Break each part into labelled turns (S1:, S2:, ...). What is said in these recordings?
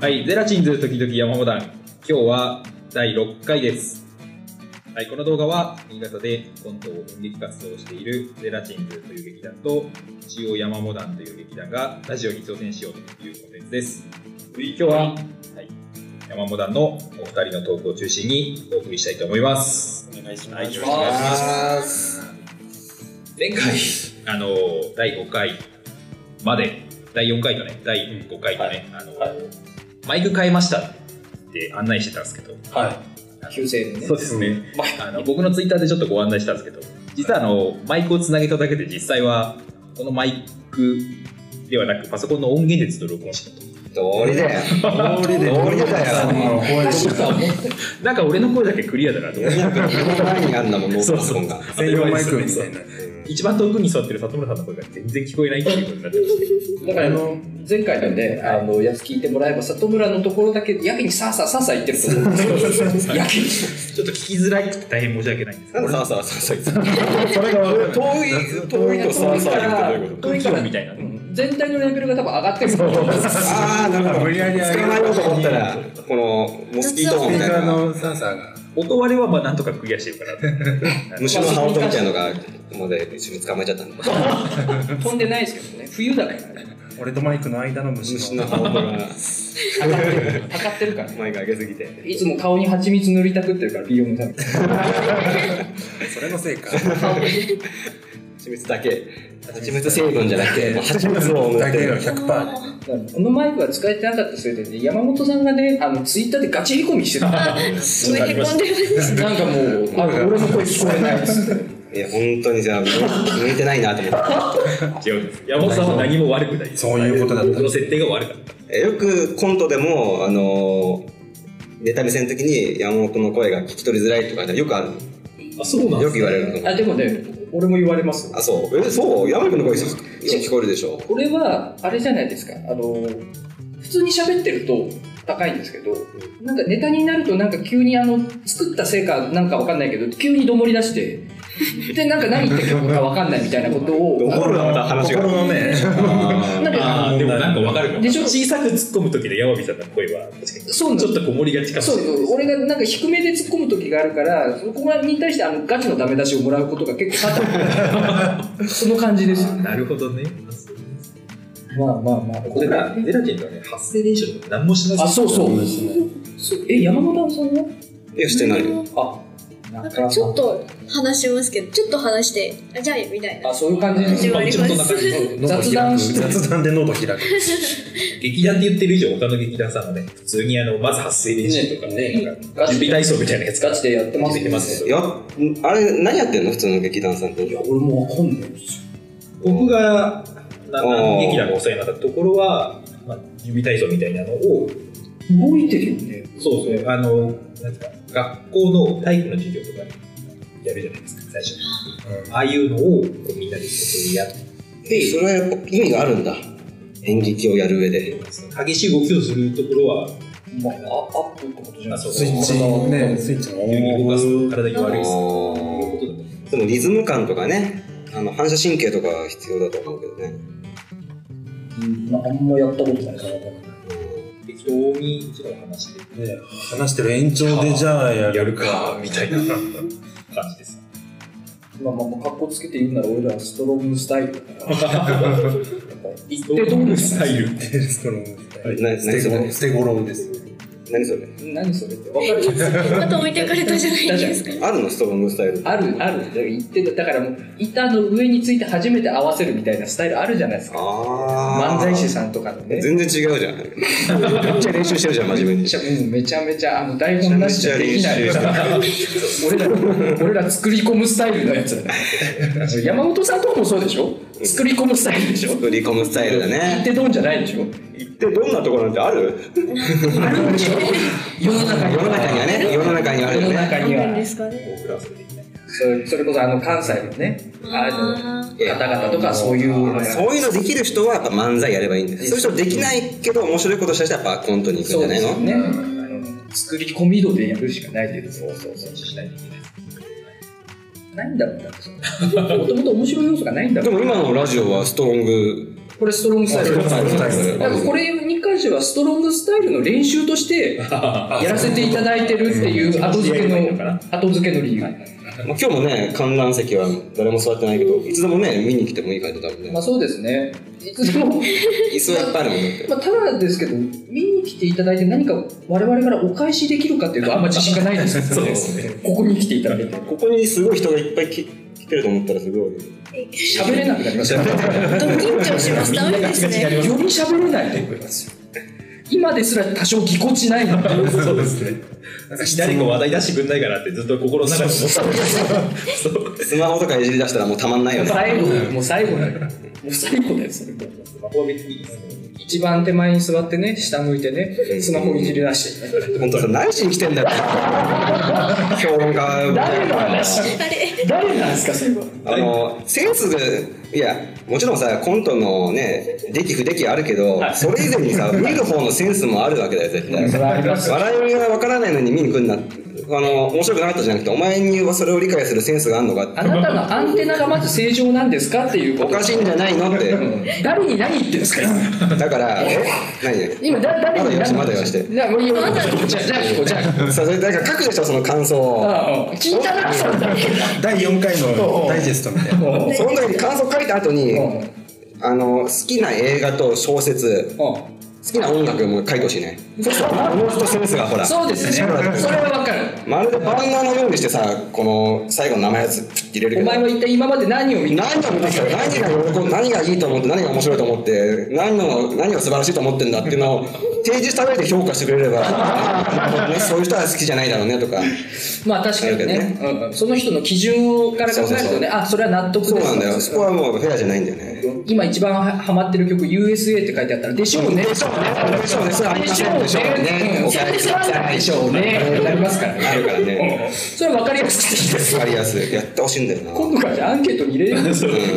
S1: はい、ゼラチンズ時々山モダン。今日は第6回です。はい、この動画は新潟でコントを演劇活動をしているゼラチンズという劇団と中央山モダンという劇団がラジオに挑戦しようというコンテンツです。今日は、はい、山モダンのお二人のトークを中心にお送りしたいと思います。
S2: お願いし
S1: はいよろしくお願いします
S3: ます。
S1: 前回、あの、第5回まで、第4回とね、第5回とね、あの、
S2: はい
S1: マイク変えましたって案内してたんですけど、
S2: はい。
S3: 旧姓でね
S1: そう。ですね、
S2: ま
S1: あの僕のツイッターでちょっとご案内したんですけど実はあのマイクをつなげただけで実際はこのマイクではなくパソコンの音源でずっと録音してたと
S3: 道理だよ。
S4: 通りで
S3: 通りだよ。もう
S4: 怖いし
S1: なんか俺の声だけクリアだなと思って
S3: 前にあんなもん、ノーパソコンが。
S4: 専用マイクみたいな
S1: 一番遠くに座ってる里村さんの声が全然聞こえないっていうことになってまして
S3: だからあの前回のね、あのやつ聞いてもらえば里村のところだけやけにさあさあさあさあ言ってると思うんですよ。やけに。
S1: ちょっと聞きづらくて大変申し訳ないんですけど
S3: あさあさあ言って
S1: それが分か
S3: 遠い遠いとさあさあ言うってどう
S1: 空
S3: いう
S1: 気
S3: こと？
S1: 音
S3: 遠
S1: み
S3: いか
S1: たいなね
S3: ら全体のレベルが多分上がってると思うんです。
S4: ああなるほど無理やり
S3: 捕まえようと思ったらこのモスキート
S4: ス
S3: 音
S4: ピ
S3: みた
S4: ー
S3: い
S4: カー
S3: な
S4: のサンサーが
S1: 音割れはまあなんとかクリアしてるから
S3: 虫の羽音みたいなのがもうで一緒に捕まえちゃったんで
S5: 飛んでないですけどね冬だからね
S4: 俺とマイクの間の虫
S3: 虫
S4: の
S3: の羽音が
S5: かかってるからね
S3: 前が上げすぎて
S5: いつも顔に蜂蜜塗りたくってるから美容のために
S4: それのせいか
S3: 蜂蜜だけ蜂蜜成分じゃなくてもう蜂蜜を塗っ
S4: 大
S3: て
S4: 体
S3: る
S4: が100%で
S5: このマイクは使えてなかったせいでね山本さんがねあのツイッターでガチへこみしてたなんか
S6: すごいへこんでるんです
S5: もうあ俺の声聞こえないっつって
S3: いや本当にじゃあ向いてないなと思って
S1: 違うんです山本さんは何も悪くない
S4: そういうことだった
S1: 僕の設定が悪かった
S3: えよくコントでもあのーネタ見せの時に山本の声が聞き取りづらいとかねよくある
S1: あそうなん
S3: よく言われるの
S5: あでもね俺も言われます
S3: あそうえそう山本の声さ聞こえるでしょ
S5: これはあれじゃないですかあの普通に喋ってると高いんですけどなんかネタになるとなんか急にあの作ったせいかなんかわかんないけど急にどもり出してでなんか何言ってるのかわかんないみたいなことを
S3: 怒るなまた話が
S4: 心のね
S5: なんか
S1: あーでもなんかわかるかも
S5: でしょ
S1: 小さく突っ込む時の山火さんの声は確かに
S5: そうな
S1: ち
S5: の
S1: ょっとこもりがちかもし
S5: そ
S1: れ
S5: う
S1: ない
S5: そう俺がなんか低めで突っ込む時があるからそこに対してあのガチのダメ出しをもらうことが結構多々その感じです
S1: なるほどね。
S5: まあまあまあ
S1: これが、ゼラチンとはね、発声練習とか何もしない
S5: あそうそうそうえ山本さんはい
S3: やしてないよ
S5: あな
S6: なん
S5: か
S6: かちょっと話しますけど、ちょっと話して、あじゃあみたいな
S5: あ。そういう感じです
S6: 始まります。
S5: 雑談して
S4: 雑談で喉開く
S1: 劇団って言ってる以上、他の劇団さんはね、普通にあの、まず発声練習とかね、
S5: ね
S1: なんか
S5: ガチ
S1: 準備体操みたいなやつ
S5: ガチでやってます
S1: やってます
S3: いやあれ何やってんの普通の劇団さんって
S5: いや俺もわかんないんですよ
S1: 僕が、な
S3: おー
S1: あの劇団がお世話になったところは、まあ、準備体操みたいなのを、
S5: 動いてるよね
S1: そうですね、あの、なんですか、学校の体育の授業とかやるじゃないですか、最初に。ああいうのを、こうみんなで一緒にやって、
S3: それはやっぱ意味があるんだ演劇をやる上で
S1: 激しい動きをするところは、
S5: まあアップってことじゃない
S1: あそう
S4: スイッチねスイッチのオ
S1: 急に動
S4: ンオ
S1: かす
S4: フ
S1: と体に
S3: あ
S1: 悪いです。そういう
S3: ー
S1: ことだと思う
S3: でもリズム感とかねあの反射神経とか必要だと思うけどね
S5: うんあんまやったことないからわかんない
S1: 適当に一度話して
S4: ね話してる延長でじゃあやる
S1: るかみたいな感じです。
S5: まあまあまあ、格好つけて言うなら俺らはストロングスタイルだから。一定どう
S1: スタイル。
S4: テレストロング
S3: 何
S4: ステ
S3: そ
S4: ゴロ
S3: れ
S4: ステゴロウです
S3: 何それ
S5: 何それってわかる
S6: また置いてかれたじゃないですか。
S3: あるのストロングスタイル
S5: あるあるだから一定だだからもう板の上について初めて合わせるみたいなスタイルあるじゃないですか
S3: ああ
S5: 漫才師さんとかのね
S3: 全然違うじゃんめっちゃ練習してるじゃん真面目
S5: め
S3: に
S5: ちゃうんめちゃめちゃあの台本なしじゃできない
S3: めちゃ
S5: 俺ら俺ら作り込むスタイルのやつだから山本さんとかもそうでしょ作り込むスタイルでしょ
S3: 振り込むスタイルだ
S5: 一
S3: ね
S5: 定どんじゃないでしょ
S3: 行ってどんなところなんてある
S5: あるんでしょ世の中に
S3: 世の中にはね世の中にはある
S5: 世の
S3: よね
S5: 中に
S6: あるん
S5: は
S6: ですかね。
S1: 僕らはそれできない。
S5: それそれこそあの関西のねあの
S6: あ
S3: いや
S5: 方々とかそういうのが
S3: そういうのできる人はやっぱ漫才やればいいんだよそういう人できないけど面白いことした人はやっぱコントに行くんじゃないの
S5: ね作り込み度でやるしかないけどそうそうそう
S1: しないといけない。
S5: ないんだもんだってそ れもともと面白い要素がないんだ
S3: で
S5: もん
S3: も今のラジオはストロング
S5: これストロングスタイル
S3: ストロングスタイル
S5: だからこれに関関してはストロングスタイルの練習と してやらせていただいてるっていう後付けの後付けの理由、
S3: まあ、今日もね、観覧席は誰も座ってないけど、いつでもね、見に来てもいいからね、多分ね
S5: まあ。そうですねいつでも
S3: 椅子はいっぱいあるもんだって。
S5: まあ、ただですけど、見に来ていただいて何か我々からお返しできるかっていうとあんま自信がないん ですけど、ここに来ていただいて、
S3: ここにすごい人がいっぱいき来てると思ったらすご い。
S5: 喋れなくなりました。
S6: ド緊張します。ダメですね。
S5: より喋れないと思いますよ。今ですら多少ぎこちないので、
S1: そうですね。なんか誰か話題出してくんないかなってずっと心の中で思ってたんですけどそう
S3: スマホとかいじり出したらもうたまんないよね。
S5: 最後、もう最後だから、もう最後だよ、そ
S1: ス
S5: れ
S1: マホは別にいいですね。
S5: 一番手前に座ってね、下向いてね、スマホいじり出して、
S3: 本当さ、何しに来てんだよ。評論家。
S5: 誰の話
S6: あれ、
S5: 誰なんですか、それは。
S3: あの、センスで、いや、もちろんさ、コントのね、出来不出来あるけど、それ以前 にさ、見る方のセンスもあるわけだよ、絶対。笑いがわからないのに見に来んな。あの、面白くなかったじゃなくて、お前にはそれを理解するセンスがあるのかって
S5: あなたのアンテナがまず正常なんですかっていうこ
S3: お
S5: と
S3: か。しいんじゃないのって。
S5: 誰に何言ってるんですか、今。
S3: だから、え何
S5: 今だ誰に
S3: まだ言わして
S5: じゃあもういいよじゃあじゃあ聞こうじゃ
S3: さそれだから書くでしょ、その感想
S5: あ
S3: を。
S5: ああ聞いたなそんだ
S4: 第4回のダイジェストみたいな。
S5: も
S3: その時に感想書いた後に、
S5: ううん
S3: あの、好きな映画と小説、
S5: う
S3: 好きな音楽も書いてほしいね。そしたら、もう一つセンスがほら
S5: ん。そうですねそれはわかる
S3: まるでバンナーのようにしてさ、この最後の名前をつって入れる
S5: お
S3: けど
S5: 前、は一体今まで何を見た
S3: 何を見てきた何が喜ん何がいいと思って、何が面白いと思って、何の何が素晴らしいと思ってんだっていうのを提示した上で評価してくれれば、ね、そういう人は好きじゃないだろうねとか、
S5: まあ確かにね、うんうん、その人の基準から考えるとね
S3: そうそうそう
S5: あそれは納得です
S3: そうなんだよ、そこはもうフェアじゃないんだよね。
S5: 今一番はハマってる曲 USA って書いてあったらでしょうねでしょうね
S3: でしょうね、それありませんでしょうね、
S5: うんそれですらでしょうねなりますから
S3: あ
S5: ね
S3: るからね、
S5: うんそれはわかりやすくていいです
S3: わかりやすい、やってほしいんだよな。
S5: 今度からじゃあアンケートに入れよう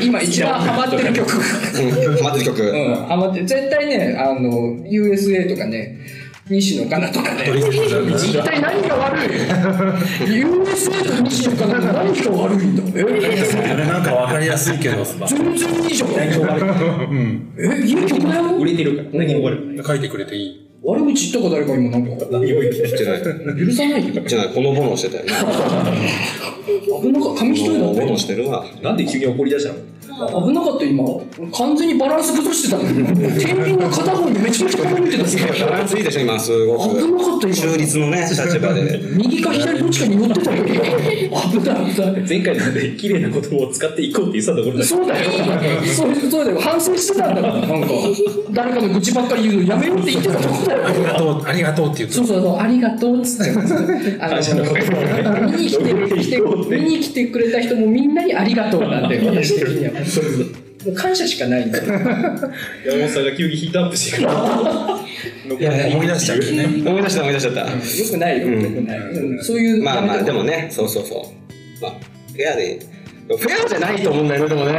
S5: 今一番ハマってる曲
S3: うん待ってる曲、
S5: うん、ハマって絶対ねあの USA とかね西野カナとかね一体何が悪い USA と西野カナの何が悪いんだえ
S4: なんかわかりやすいけど、
S5: 全然いいじゃんえいい曲だよ
S1: 売れてるから。何も悪くない。
S4: 書いてくれていい。
S5: 悪口言ったか誰か今なんか
S1: 何も言ってない。
S3: じゃない、
S5: 許さないよ
S3: じゃない、このボノしてたよね。
S5: 危なかった紙一
S3: この
S5: 重だ
S3: ボ
S5: っ
S3: ノしてるわ。
S1: なんで急に怒り出したの
S5: た危なかった今完全にバランス崩してたのに天秤が片方にめちゃめちゃ傾いてたし
S3: バランスいいでしょ、今、すご
S5: 危
S3: く。
S5: なかった
S3: 中
S5: 今
S3: 立のね、立場で。
S5: 右か左どっちかに乗ってたよ今危ない危ない
S1: 前回なんで綺麗な言葉を使っていこうって言ってたところだ
S5: そうだよ。そうそうだよ。反省してたんだから。なんか誰かの愚痴ばっかり言うのやめようって言ってたとこだよ。
S4: ありがとう、ありがとうって言う
S5: そうそうそうありがとうっつって。あの
S1: 感謝の声
S5: 見に来て来て見に来てくれた人もみんなにありがとうなんて私的には。もう感謝しかないんだよ。
S1: 山本さんが急にヒートアップしてくる。
S3: いや
S4: 思い出しちゃってね。
S3: 思い出した、思い出しちゃった。
S5: よくないよ。よくない。うんそういう
S3: まあまあ、で
S5: も
S3: もね、そうそうそう。まあ、フェアで、フェアじゃないと思うんだよね、でもね。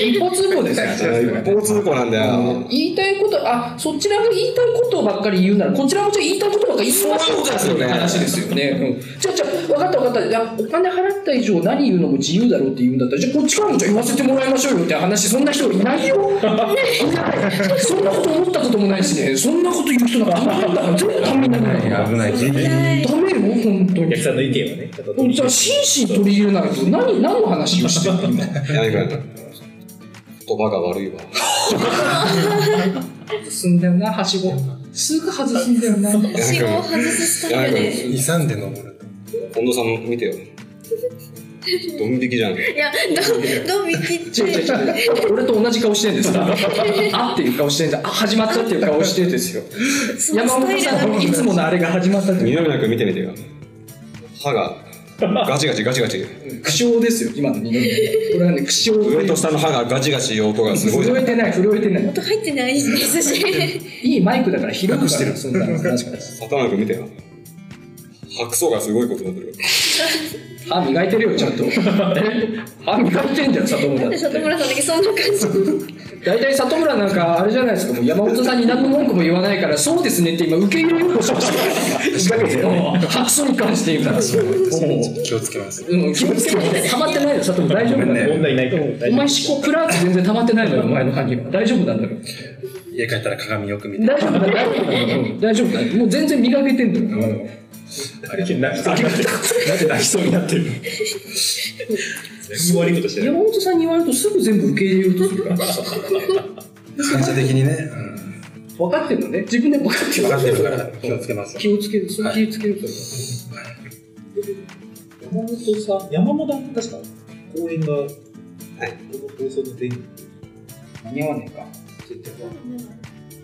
S5: 一方通行ですから。
S3: 一方通行なんだよ。
S5: 言いたいことあそちらが言いたいことばっかり言うならこちらもじゃあ言いたいことばっかり言いましょうかっていう話ですよね。うん、じゃあじゃあ分かった分かったいやお金払った以上何言うのも自由だろうって言うんだったらじゃあこっちからもじゃあ言わせてもらいましょうよって話そんな人いない よ。いないそんなこと思ったこともないしねそんなこと言う人なんかいないんだから全部ためになる
S4: 危
S5: ダ
S4: ない。
S5: メよ本当
S1: お
S5: に
S1: 客。さんの意見はね、ちょっと
S5: じゃあ真摯に取り入れないと何何の話をしてるの今。
S3: やめろやめろ言葉が悪いわ。
S5: 外すんだよなはしご。すぐ外すんだよな。
S6: はしごを外すスタイルで。
S4: 勇んで登る。
S3: 近藤さん見てよ。ドン引きじゃん。
S6: いや、ど、どん引きっ
S5: 違う違う
S6: て。
S5: 違う俺と同じ顔してるんですかあっていう顔してるんですあ始まったっていう顔してるんですよ
S6: その
S5: 山
S6: スタ
S5: 本
S6: イル
S5: さんのいつものあれが始まったっていう
S3: 南野君見てみてよ。歯が、ガチガチガチガチ。
S5: 苦笑ですよ今の二宮これはね苦笑
S3: 上と下の歯がガチガチいう音がすごいじゃ
S5: 震
S3: ん。
S5: えてない震えてない
S6: 入ってないですし。
S5: いいマイクだから広くしてるそんなの確かに
S3: 里中君見てよ。白草がすごいことになってる。
S5: 歯磨いてるよちゃんと歯磨いてんじゃん里村だっ
S6: なんで里
S5: て
S6: 村さんだけそんな感じ。
S5: 大体里村なんかあれじゃないですかもう山本さんに何の文句も言わないからそうですねって今受け入れようとしました から白草に関して言うから
S4: 気をつけます。
S5: うん、気をつけて。溜まってないよ、佐藤君。大丈夫なんだよ。
S1: 問題ないと思う。
S5: お前思考プラーツ全然溜まってないのよ、お前の歯には。大丈夫なんだよ。
S4: 家帰ったら鏡よく見て。
S5: 大丈夫大丈夫大丈夫もう全然磨けてんのよ、
S7: 泣きそうになってる。なんで泣きそうになってる。言われことしてる。
S5: 山本さんに言われるとすぐ全部受け入れようとするから
S4: 反射的にね、
S5: 分かってるのね自分で分かって
S4: うん、
S5: る
S4: 分かってるから気をつけます。
S5: 気をつけるそれ気をつけると、
S7: 山本さん、山本確か公演が、この放送の前日
S5: 間に合わねえか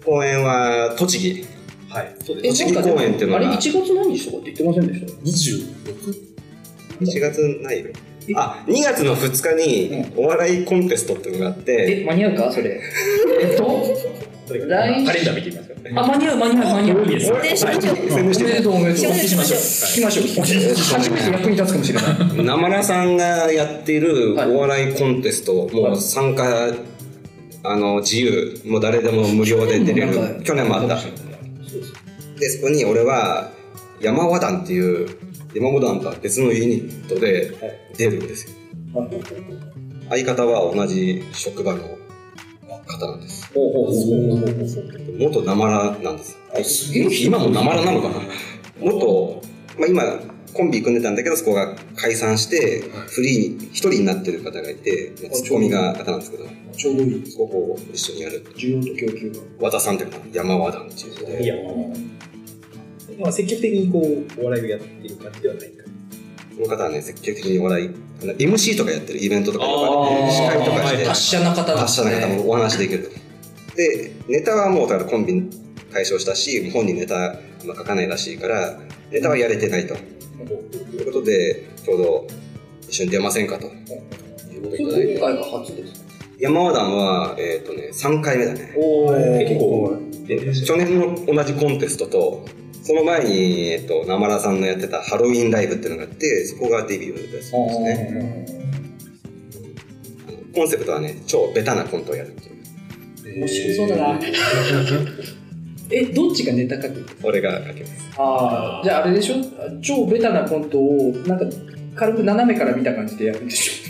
S3: 公演は栃木
S7: はい。そう
S5: え
S7: で
S3: 栃木公演っていうの
S5: あれ1
S3: が
S5: 月何日とかって言ってませんでした
S4: 二十六。
S3: 1月ないよあ2月の2日にお笑いコンテストっていうのがあって
S5: え間に合うかそれえっと
S7: す。とにかく
S5: 来週
S7: カレンダー見てみますか。
S5: あ間に合う間に合う間に合う
S7: いいですね。
S6: でしょ
S3: 宣伝
S5: お
S3: し
S5: め
S3: て
S5: でとうおめでとう
S7: お聞きしましょう。
S5: 聞きましょう聞きましょう初めて役に立つかもしれない
S3: なまらさんがやってるお笑いコンテスト、もう参加あの自由もう誰でも無料で出れる去年もあったでそこに俺は山和団っていう山和団とは別のユニットで出るんですよ、相方は同じ職場の方なんです
S5: ほうほうほう
S3: 元なまらなんです今もなまらなのかな元、まあ、今コンビ組んでたんだけどそこが解散してフリーに一人になってる方がいてツッコミが方なんですけど
S5: ちょうどいい
S3: そこを一緒にやる
S5: 需要と供給が
S3: 和田さんっていうか山和団っていうので
S7: いや、まあまあ。まあ、積極的にこう、お笑いをやっている感じではないか。
S3: この方はね、積極的にお笑い、あの MC とかやってるイベントとか呼ばれて、司会とかして、
S5: 達者な方
S3: 達者な方もお話できる。で、ネタはもうだからコンビ解消したし、本人ネタあんま書かないらしいから、ネタはやれてないと。ということで、ちょうど一緒に出ませんかと。いうことをいただいて
S5: 今回が初です
S3: 山和団は、えっ、とね、3回目だね。
S7: おー、結構、出てました
S3: 去年の同じコンテストと、その前に、えっ、と、なまらさんのやってたハロウィンライブっていうのがあって、そこがデビューだそうですね。コンセプトはね、超ベタなコントをやるっていう。
S5: 面白そうだなえどっちがネタ書く
S3: 俺が書きます。
S5: ああじゃああれでしょ超ベタなコントをなんか軽く斜めから見た感じでやるんでし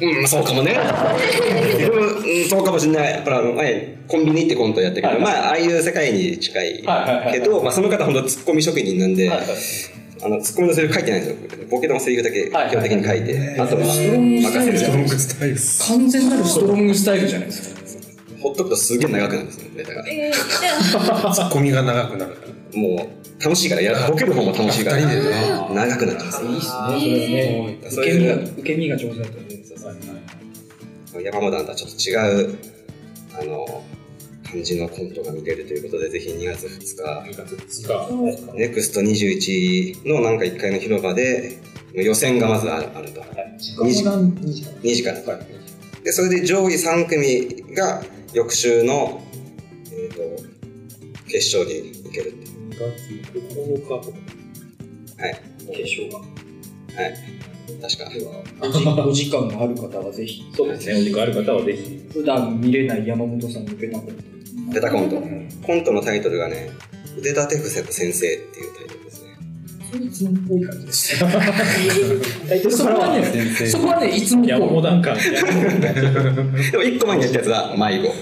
S3: うん、そうかもね。でもうん、そうかもしれない。やっぱりあの前、コンビニってコントやってるけど、まあ、ああいう世界に近い。
S5: ょはいはい
S3: けど、まあ、その方ほんとツッコミ職人なんで、
S5: はい
S3: あの、ツッコミのセリフ書いてないんですよ。ボケのセリフだけ基
S5: はい
S3: 本的に書いて、あとは
S5: ストロングスタイル
S3: 任せる
S5: じゃないですか完全なるストロングスタイルじゃないですか
S3: ほっとくとすげえ長くなるんですよ、ネタが。
S6: えー、
S4: ツッコミが長くなる。
S3: もう、楽しいから、やボケる方も楽しいから、
S4: 二人で
S3: 長
S4: ね。
S3: くなっちゃうんですよ。
S5: いいっすね
S3: そ
S5: それ
S3: れ
S5: はね受け身
S3: で
S5: が受け身が上手だと思う
S3: 山本アンとはちょっと違う、あの、感じのコントが見れるということで、ぜひ2月2日、
S7: なんか2日。
S3: ネクスト21のなんか1階の広場で予選がまずあるあると2時間2時間でそれで上位3組が翌週の、えーと決勝に行けるっていう
S7: 2月9日とか。
S3: はい
S5: 決勝
S3: はい確か
S5: がお時間がある方はぜひ
S7: そうですね、お時間ある方はぜひ。
S5: 普段見れない山本さんのベタコント
S3: ベタコントコントのタイトルがね「腕立て伏せと先生」っていうタイトルですね
S5: それいつもっぽい感じですねそ
S7: そ
S5: こはねそこはねいつもっぽい
S7: 山本段階。
S3: でも1個前にやったやつは迷子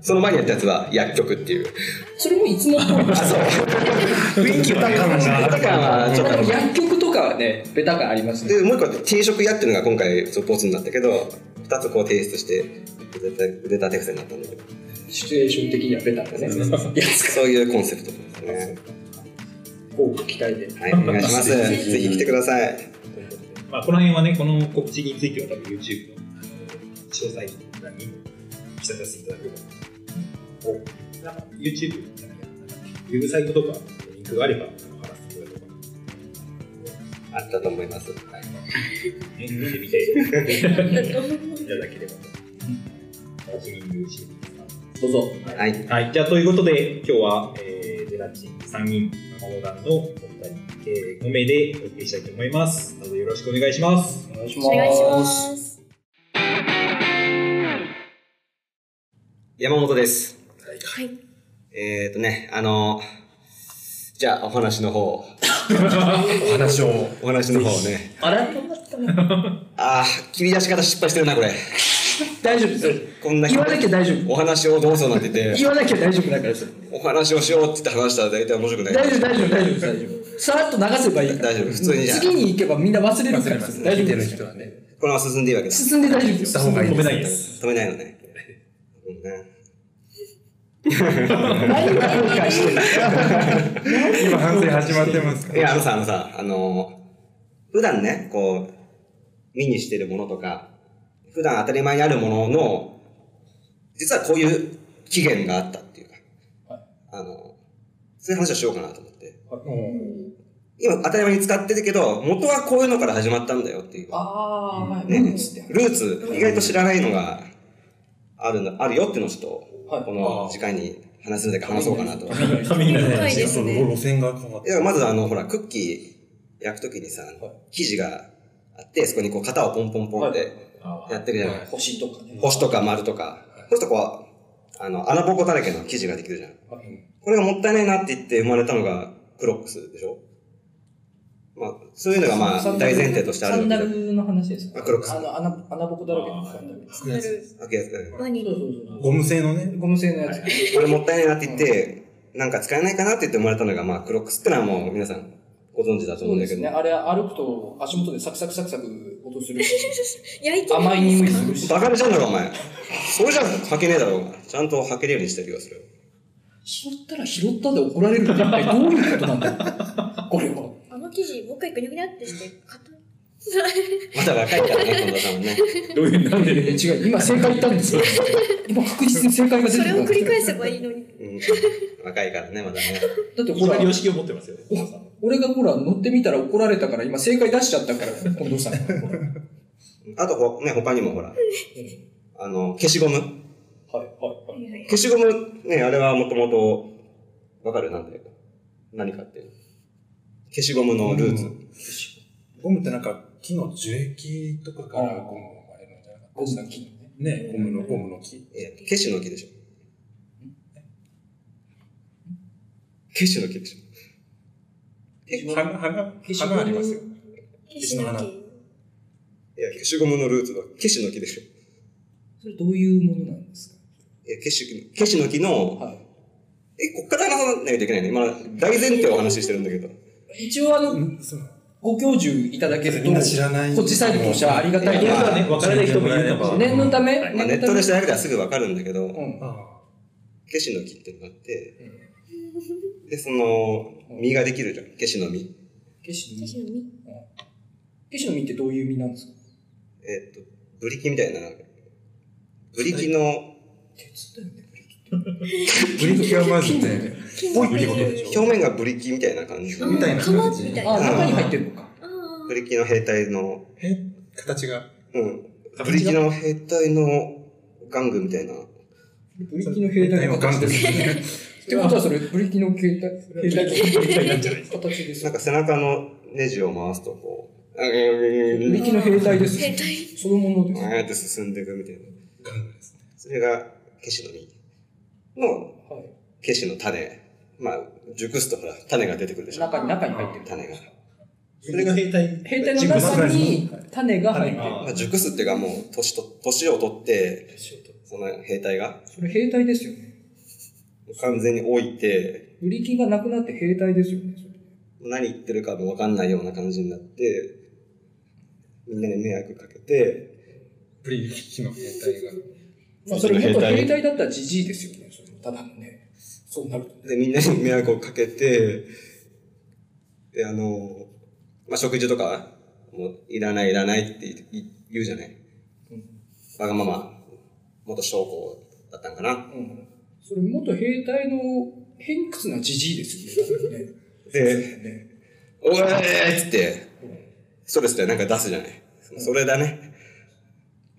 S3: その前にやったやつは薬局っていう
S5: それもいつもっぽい
S3: 雰囲気豊かはちょっと
S5: 薬局とかはねベタ感ありますね
S3: でもう一個あって定食屋っていうのが今回そのボツになったけど2つこう提出して腕立て腕立て伏せになったんだけど
S5: シチュエーション的にはベタだね
S3: そういうコンセプトですね
S5: こう期待で
S3: はいお願いしますぜひ来てください
S7: まあ、この辺はね、この告知については多分 YouTube のあの詳細欄に記載させていただくので、おなんか YouTube じゃないやなんかウェブサイトとかリンクがあれば、あの貼らせていただくと
S3: あったと思います
S7: か、はい、ね見てみていただければと。確認してみてください
S5: どうぞ
S3: はい
S7: はい、じゃあということで今日は、えー、ゼラチン3人生モダンのお二人、えー、5名でお送りしたいと思いますどうぞよろしくお願いします
S5: お願いし
S6: お願いします。
S3: 山本です
S6: はい。
S3: えっ、ー、とねあのじゃあお話の方
S4: お話を。
S3: お話の方ね
S5: あれ
S3: あー切り出し方失敗してるなこれ
S5: 大丈夫ですよ。
S3: こんな
S5: 言
S3: 人
S5: わなきゃ大丈夫。
S3: お話をどうぞなんて言って
S5: 言わなきゃ大丈夫だからです。
S3: お話をしようって言って話したら大体面白くない
S5: 大丈夫、大丈夫、大丈夫、大丈夫。さらっと流せばいいから。
S3: 大丈夫普通にじゃあ
S5: 次に行けばみんな忘れる
S4: 忘
S5: か
S4: れ
S5: ら。
S4: ます
S5: 大丈夫
S4: 聞い
S5: で
S4: てる
S5: す
S4: 人。はね
S3: このまま進んでいいわけだ
S5: 進んで大丈夫で
S4: し
S5: す
S4: た
S5: よ。
S4: 方がいい
S7: 止めない
S4: で
S7: ですす。
S3: 止めないのねうんね
S5: 何を後悔してる
S7: 今反省始まってますか
S3: いや、あのさ、あのさ、あのー普段ね、こう、見にしてるものとか、普段当たり前にあるものの、実はこういう期限があったっていうか、あのーそういう話をしようかなと思って。今、当たり前に使ってるけど、元はこういうのから始まったんだよっていう。
S5: あー、はい。
S3: ね
S5: ルーツって。
S3: ルーツ、意外と知らないのがあるの、あるよっていうのをちょっ
S5: は
S3: と、
S5: い
S3: この時間に話せるだけ話そうかなと。
S7: ためになる
S6: 深いです
S4: その
S6: ね。
S4: 路線が変わっ
S3: い
S4: て
S3: や、まずあの、ほら、クッキー焼くときにさ、生地があって、そこにこう型をポンポンポンってやってるじゃない。
S5: 星とかね。
S3: 星とか丸とか。そうするとこう、あの、穴ぼこだらけの生地ができるじゃん。これがもったいないなって言って生まれたのがクロックスでしょまあ、そういうのがまあ、大前提としてある
S5: サ
S3: ん
S5: ンダ
S3: だけど。
S5: ルの話ですか
S3: あ黒くす
S5: あの、穴、穴ぼこだらけのサンダル。
S6: サンダル、
S3: あけうん
S6: ワニ、
S4: ゴム製のね
S5: ゴム製のやつ。
S3: これもったいないなって言って、なんか使えないかなって言って生まれたのが、まあ、クロックスってのはもう皆さんご存知だと
S5: そ
S3: 思う
S5: うんで
S3: だけ
S5: す
S3: ど。
S5: ね。あれ、歩くと足元でサクサクサクサク音するし、
S6: 焼いて
S5: 甘
S6: る
S5: い
S6: ん
S5: 匂
S6: で
S5: い
S6: す
S5: す
S6: か
S5: るし。
S3: バカにしたんだろ、お前。それじゃ履けねえだろ、お前ちゃんと履けるようにしてるよ、それを。
S5: 拾ったら拾ったで怒られるって一体どういうことなんだよ。これは。
S6: あの生地、もう一回ぐにゃぐにゃってして、 固い
S3: まだ若いからね、近藤さんはね。
S7: どういう、なん
S5: いやい
S7: で、
S5: や違う、今正解言ったんですよ。今確実に正解が出
S6: そ
S5: て
S6: れ
S5: る
S6: を繰り返せばいいのに。
S3: うん、若いからね、まだね。
S5: だって
S7: こ
S5: ほ
S7: んな
S5: ら、
S7: 良識を持ってますよ。皆さん
S5: 俺がほら乗ってみたら怒られたから今正解出しちゃったから、近藤さん。はい、
S3: あとほ、ね、他にもほら、あの、消しゴム。
S5: はい、
S6: は
S5: はい。
S6: いはい
S3: 消しゴム、ね、あれはもともと、わかるなんで、何かっていう。消しゴムのルーツ。
S4: ゴムってなんか木の樹液とかからゴムが生まれるんじゃなか
S5: ゴ
S4: っ
S5: ム
S4: た
S5: の木のね。
S4: ねゴムのゴムの木
S3: いや、消しの木でしょ。消しの木でしょ。
S4: 花花花ありますよ
S6: 石の木。
S3: いや、消しゴムのルーツは消しの木でしょ。
S5: それどういうものなんです
S3: いや、消し、消しの木の
S5: か、は
S3: え、こっから話さなきゃいけないね。今、大前提をお話ししてるんだけど。
S5: い。一応あの、
S4: うんそう
S5: ご教授いただけると、
S4: みんな知らない
S5: こっちサイドとしてはありがたい
S7: い
S5: け
S7: や、
S5: ど
S7: まあね、分からない人もいるかもしれない。
S5: 念のため、
S7: はい
S3: まあ、
S5: 念
S3: ネ
S5: の
S3: ッ
S5: た
S3: ト
S5: め
S3: で調べたらすぐわかるんだけど、
S5: うん。
S4: あ
S3: ケシの木ってのがあって、で、その、実ができるじゃん。ケシの実。
S5: 消しの
S6: 石
S5: 実。
S6: の実。
S5: 消しの実ってどういう実なんですか
S3: えっと、ブリキみたいな、ブリキの
S5: 鉄だよね。
S4: ブリッキはまずね
S6: 金
S4: ブリコでしょ
S3: 表面がブリキみたいな感じ。
S4: みたいな
S6: 鎌みたい
S5: あ、
S6: な。
S5: 中に入ってるのか。
S6: あ
S3: ブリキの兵隊の、
S4: え形が
S3: うん。ブリキの兵隊の玩具みたいな。
S5: ブリキの兵隊の
S4: ガン
S5: 形
S4: で
S5: ですす。
S4: ね
S5: ってことはそれ、ブリキの携帯、携帯の形です
S3: な
S5: よ
S3: ん。か背中のネジを回すと、こう、あ
S5: ブリ
S3: ー
S5: キの兵隊で
S6: ー
S5: す。
S6: 変態。
S5: そのものです。
S3: あーって進んでいくみたいな。
S4: ガンですね
S3: それがケシの実の
S5: はい。
S3: ケシの種。まあ、熟すとほら、種が出てくるでしょ。
S5: 中に、中に入ってる。
S3: 種が。
S7: それが兵隊。
S5: 兵隊の中に種が入ってる。
S3: ま
S7: あ
S3: あ、熟すっていうかもう、年と、年を取って、その兵隊が
S5: それ兵隊ですよね。
S3: 完全に老いて、
S5: ブリキがなくなって兵隊ですよね。
S3: 何言ってるかもわかんないような感じになって、みんなに迷惑かけて、
S4: ブリッキの兵隊が
S5: まあ、それ元兵隊だったらジジイですよね。それただのね。そうなると。
S3: で、みんなに迷惑をかけて、で、あの、まあ、食事とか、もう、いらないいらないって言い言うじゃない。わがまま、元将校だったんか
S5: う
S3: な。
S5: ん。それ元兵隊の偏屈なジジイですよね。多分ね。
S3: で、
S5: ね
S3: おえーっつって、ストレスでなんか出すじゃない。それだね。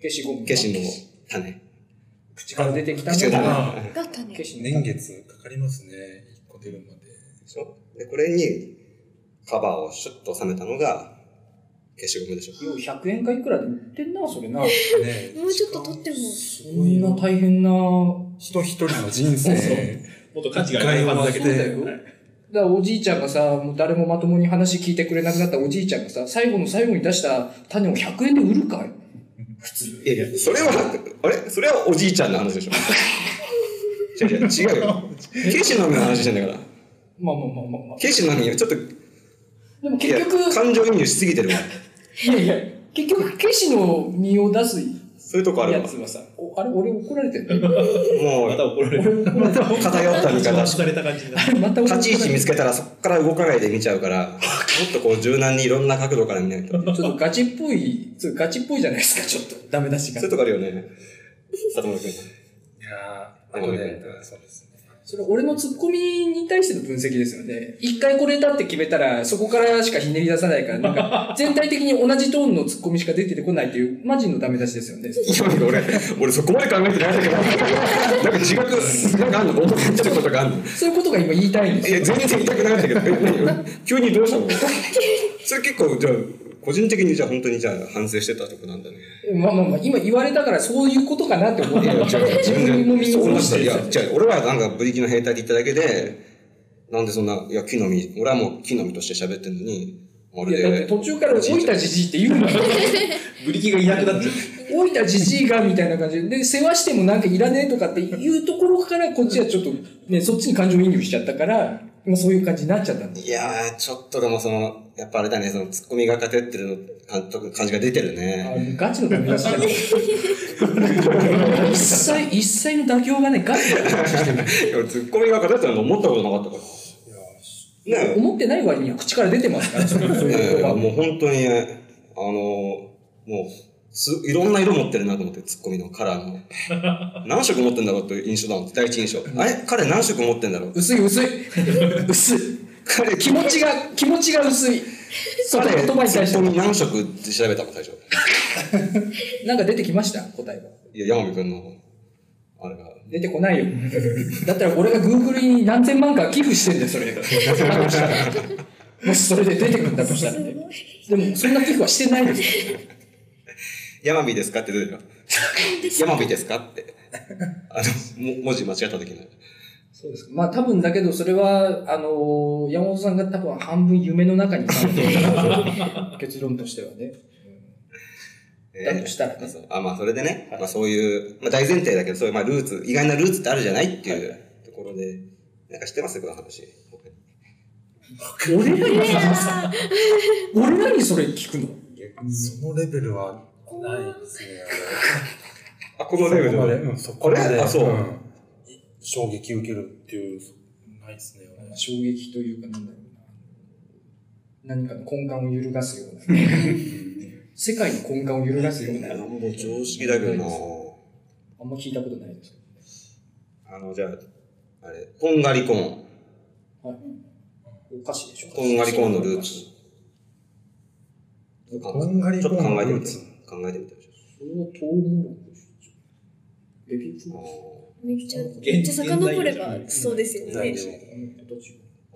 S5: 消しゴム。
S3: ケシの。種。
S5: 口から出てきた
S3: 口
S5: の
S3: が
S5: が。
S4: あ
S6: が種
S5: 消。しの。
S4: 年月かかりますね一個出るまで
S3: で、これに、カバーをシュッと収めたのが、消しゴムでしょ。
S5: よう100円かいくらで売ってんな、それな。
S4: ね
S6: もうちょっと取っても
S4: す
S5: そ
S4: ごい
S5: んな大変な。
S4: 人一人の人生
S7: もっと価値があるはずだけど。
S5: そうだよ。だからおじいちゃんがさ、もう誰もまともに話聞いてくれなくなったおじいちゃんがさ、最後の最後に出した種を100円で売るかい
S3: 普通。いやいや、それは、あれそれはおじいちゃんの話でしょ。違う違う違う よ。ケイシのみの話してんだから。
S5: まあまあまあまあまあ。
S3: ケイシのみはちょっと、
S5: でも結局
S3: いや、感情移入しすぎてるわ。
S5: いやいや、結局、ケシの身を出す
S3: そういうとこあるわ。
S5: や
S3: も
S5: つはさ、おあれ、俺怒られてるの
S7: また
S3: う、
S7: 怒られ る。
S3: 偏った見
S7: 反
S3: 方。
S7: された感じになる。
S5: また俺怒ら
S3: 立
S5: れ
S3: ち位置見つけたらそこから動かないで見ちゃうから、もっとこう柔軟にいろんな角度から見ないと。
S5: ちょっとガチっぽい、ちょっとガチっぽいじゃないですか、ちょっと。
S7: ダメ出
S3: そ
S7: しが
S3: ういう。とこあるよね。里村君。
S4: いやー、
S3: あ
S4: あ
S3: と
S4: と
S3: ね
S4: ね、そうですね。
S5: それ俺のツッコミに対しての分析ですよね。一回これだって決めたら、そこからしかひねり出さないから、なん か、全体的に同じトーンのツッコミしか出てこないという、マジのダメ出しですよね。
S3: 今の俺、俺そこまで考えてないんだけど、なんか自覚、なんかあ んの思ってることがあんの
S5: そういうことが今言いたいんです
S3: い
S5: よ。
S3: や、全然言いたくなかったけど、え何急にどうしたのそれ結構、じゃあ、個人的にじゃあ本当にじゃあ反省してたとこなんだね。
S5: まあまあまあ、今言われたからそういうことかなって思ってる。 自分も身に
S3: そう
S5: 覚
S3: な
S5: え
S3: んだ。
S5: て
S3: い
S5: る
S3: や、違う、俺はなんかブリキの兵隊で行っただけで、なんでそんな、いや、木の実、俺はもう木の実として喋ってんのに、あ
S5: い
S3: れ
S5: や、だって
S3: で、
S5: 途中から老いたじじいって言うの よ。
S7: ブリキがいなくなっちゃう。
S5: 老いたじじいがみたいな感じで、で、世話してもなんかいらねえとかっていうところから、こっちはちょっと、ね、そっちに感情移入しちゃったから、まあそういう感じになっちゃったんで。
S3: いやー、ちょっとでもその、やっぱあれだね、その、ツッコミが偏ってるの、監督、感じが出てるね。
S5: あガチのダメ出しだね一切、一切の妥協がね、ガチだね
S3: いやツッコミが偏ってるの思ったことなかったから。ねえ
S5: 思ってない割には口から出てますから、そういう
S3: ね
S5: 言
S3: え
S5: 葉
S3: もう本当に、あの、もう、す、いろんな色持ってるなと思って、ツッコミのカラーの。 何色持ってんだろうという印象だもん、第一印象。あれ彼何色持ってんだろう
S5: 薄い薄い。薄い。
S3: 彼、
S5: 気持ちが、気持ちが薄い。その
S3: 彼、
S5: 言葉に
S3: ツ
S5: 対し
S3: ッコ
S5: て、
S3: ミ何色って調べたもん、最初。
S5: なんか出てきました答えは。
S3: いや、山見くんの、あれが。
S5: 出てこないよ。だったら俺が Google に何千万か寄付してんだよ、それ。あの人 もしそれで出てくるんだとしたらね。でも、そんな寄付はしてないですよ。
S3: 山見ですかって出てるよ。山見ですかって。あの、も文字間違った時の。
S5: そうですまあ多分だけど、それは、あのー山本さんが多分半分夢の中にいたので 結論としてはね。だとしたらね
S3: えーそうあ、まあ、それでね、まあ、そういう、まあ、大前提だけど、そういう、まあ、ルーツ、意外なルーツってあるじゃないっていうところで、なんか知ってますこの話。
S5: 俺らに、俺らにそれ聞くの
S4: そのレベルはないですね。
S3: あ、このレベル
S4: そこまで
S3: で。
S4: うん、そこまで。
S3: あそう
S4: うん衝撃受けるっていう、ないですね。
S5: 衝撃というか、なんだろうな。何かの根幹を揺るがすような。世界の根幹を揺るがすような。
S3: なんも常識だけどな
S5: あんま聞いたことないですけ
S3: あの、じゃあ、あれ、こんがりコーン。
S5: ど。はい。お菓子でしょ
S3: こんがりコーンのルーツ。ちょっと考
S4: こんがり
S3: え
S4: コ
S3: ちょっと
S4: ーン
S3: 考
S4: の
S3: えて
S4: ル
S3: み
S4: ー
S3: て
S4: ツ。。
S3: 考えてみてほしい。
S5: それはトウモロコシ。エビフ
S3: あ
S5: ラ
S6: めっちゃ、めっちゃ遡れば、そうですよね。
S3: ーあ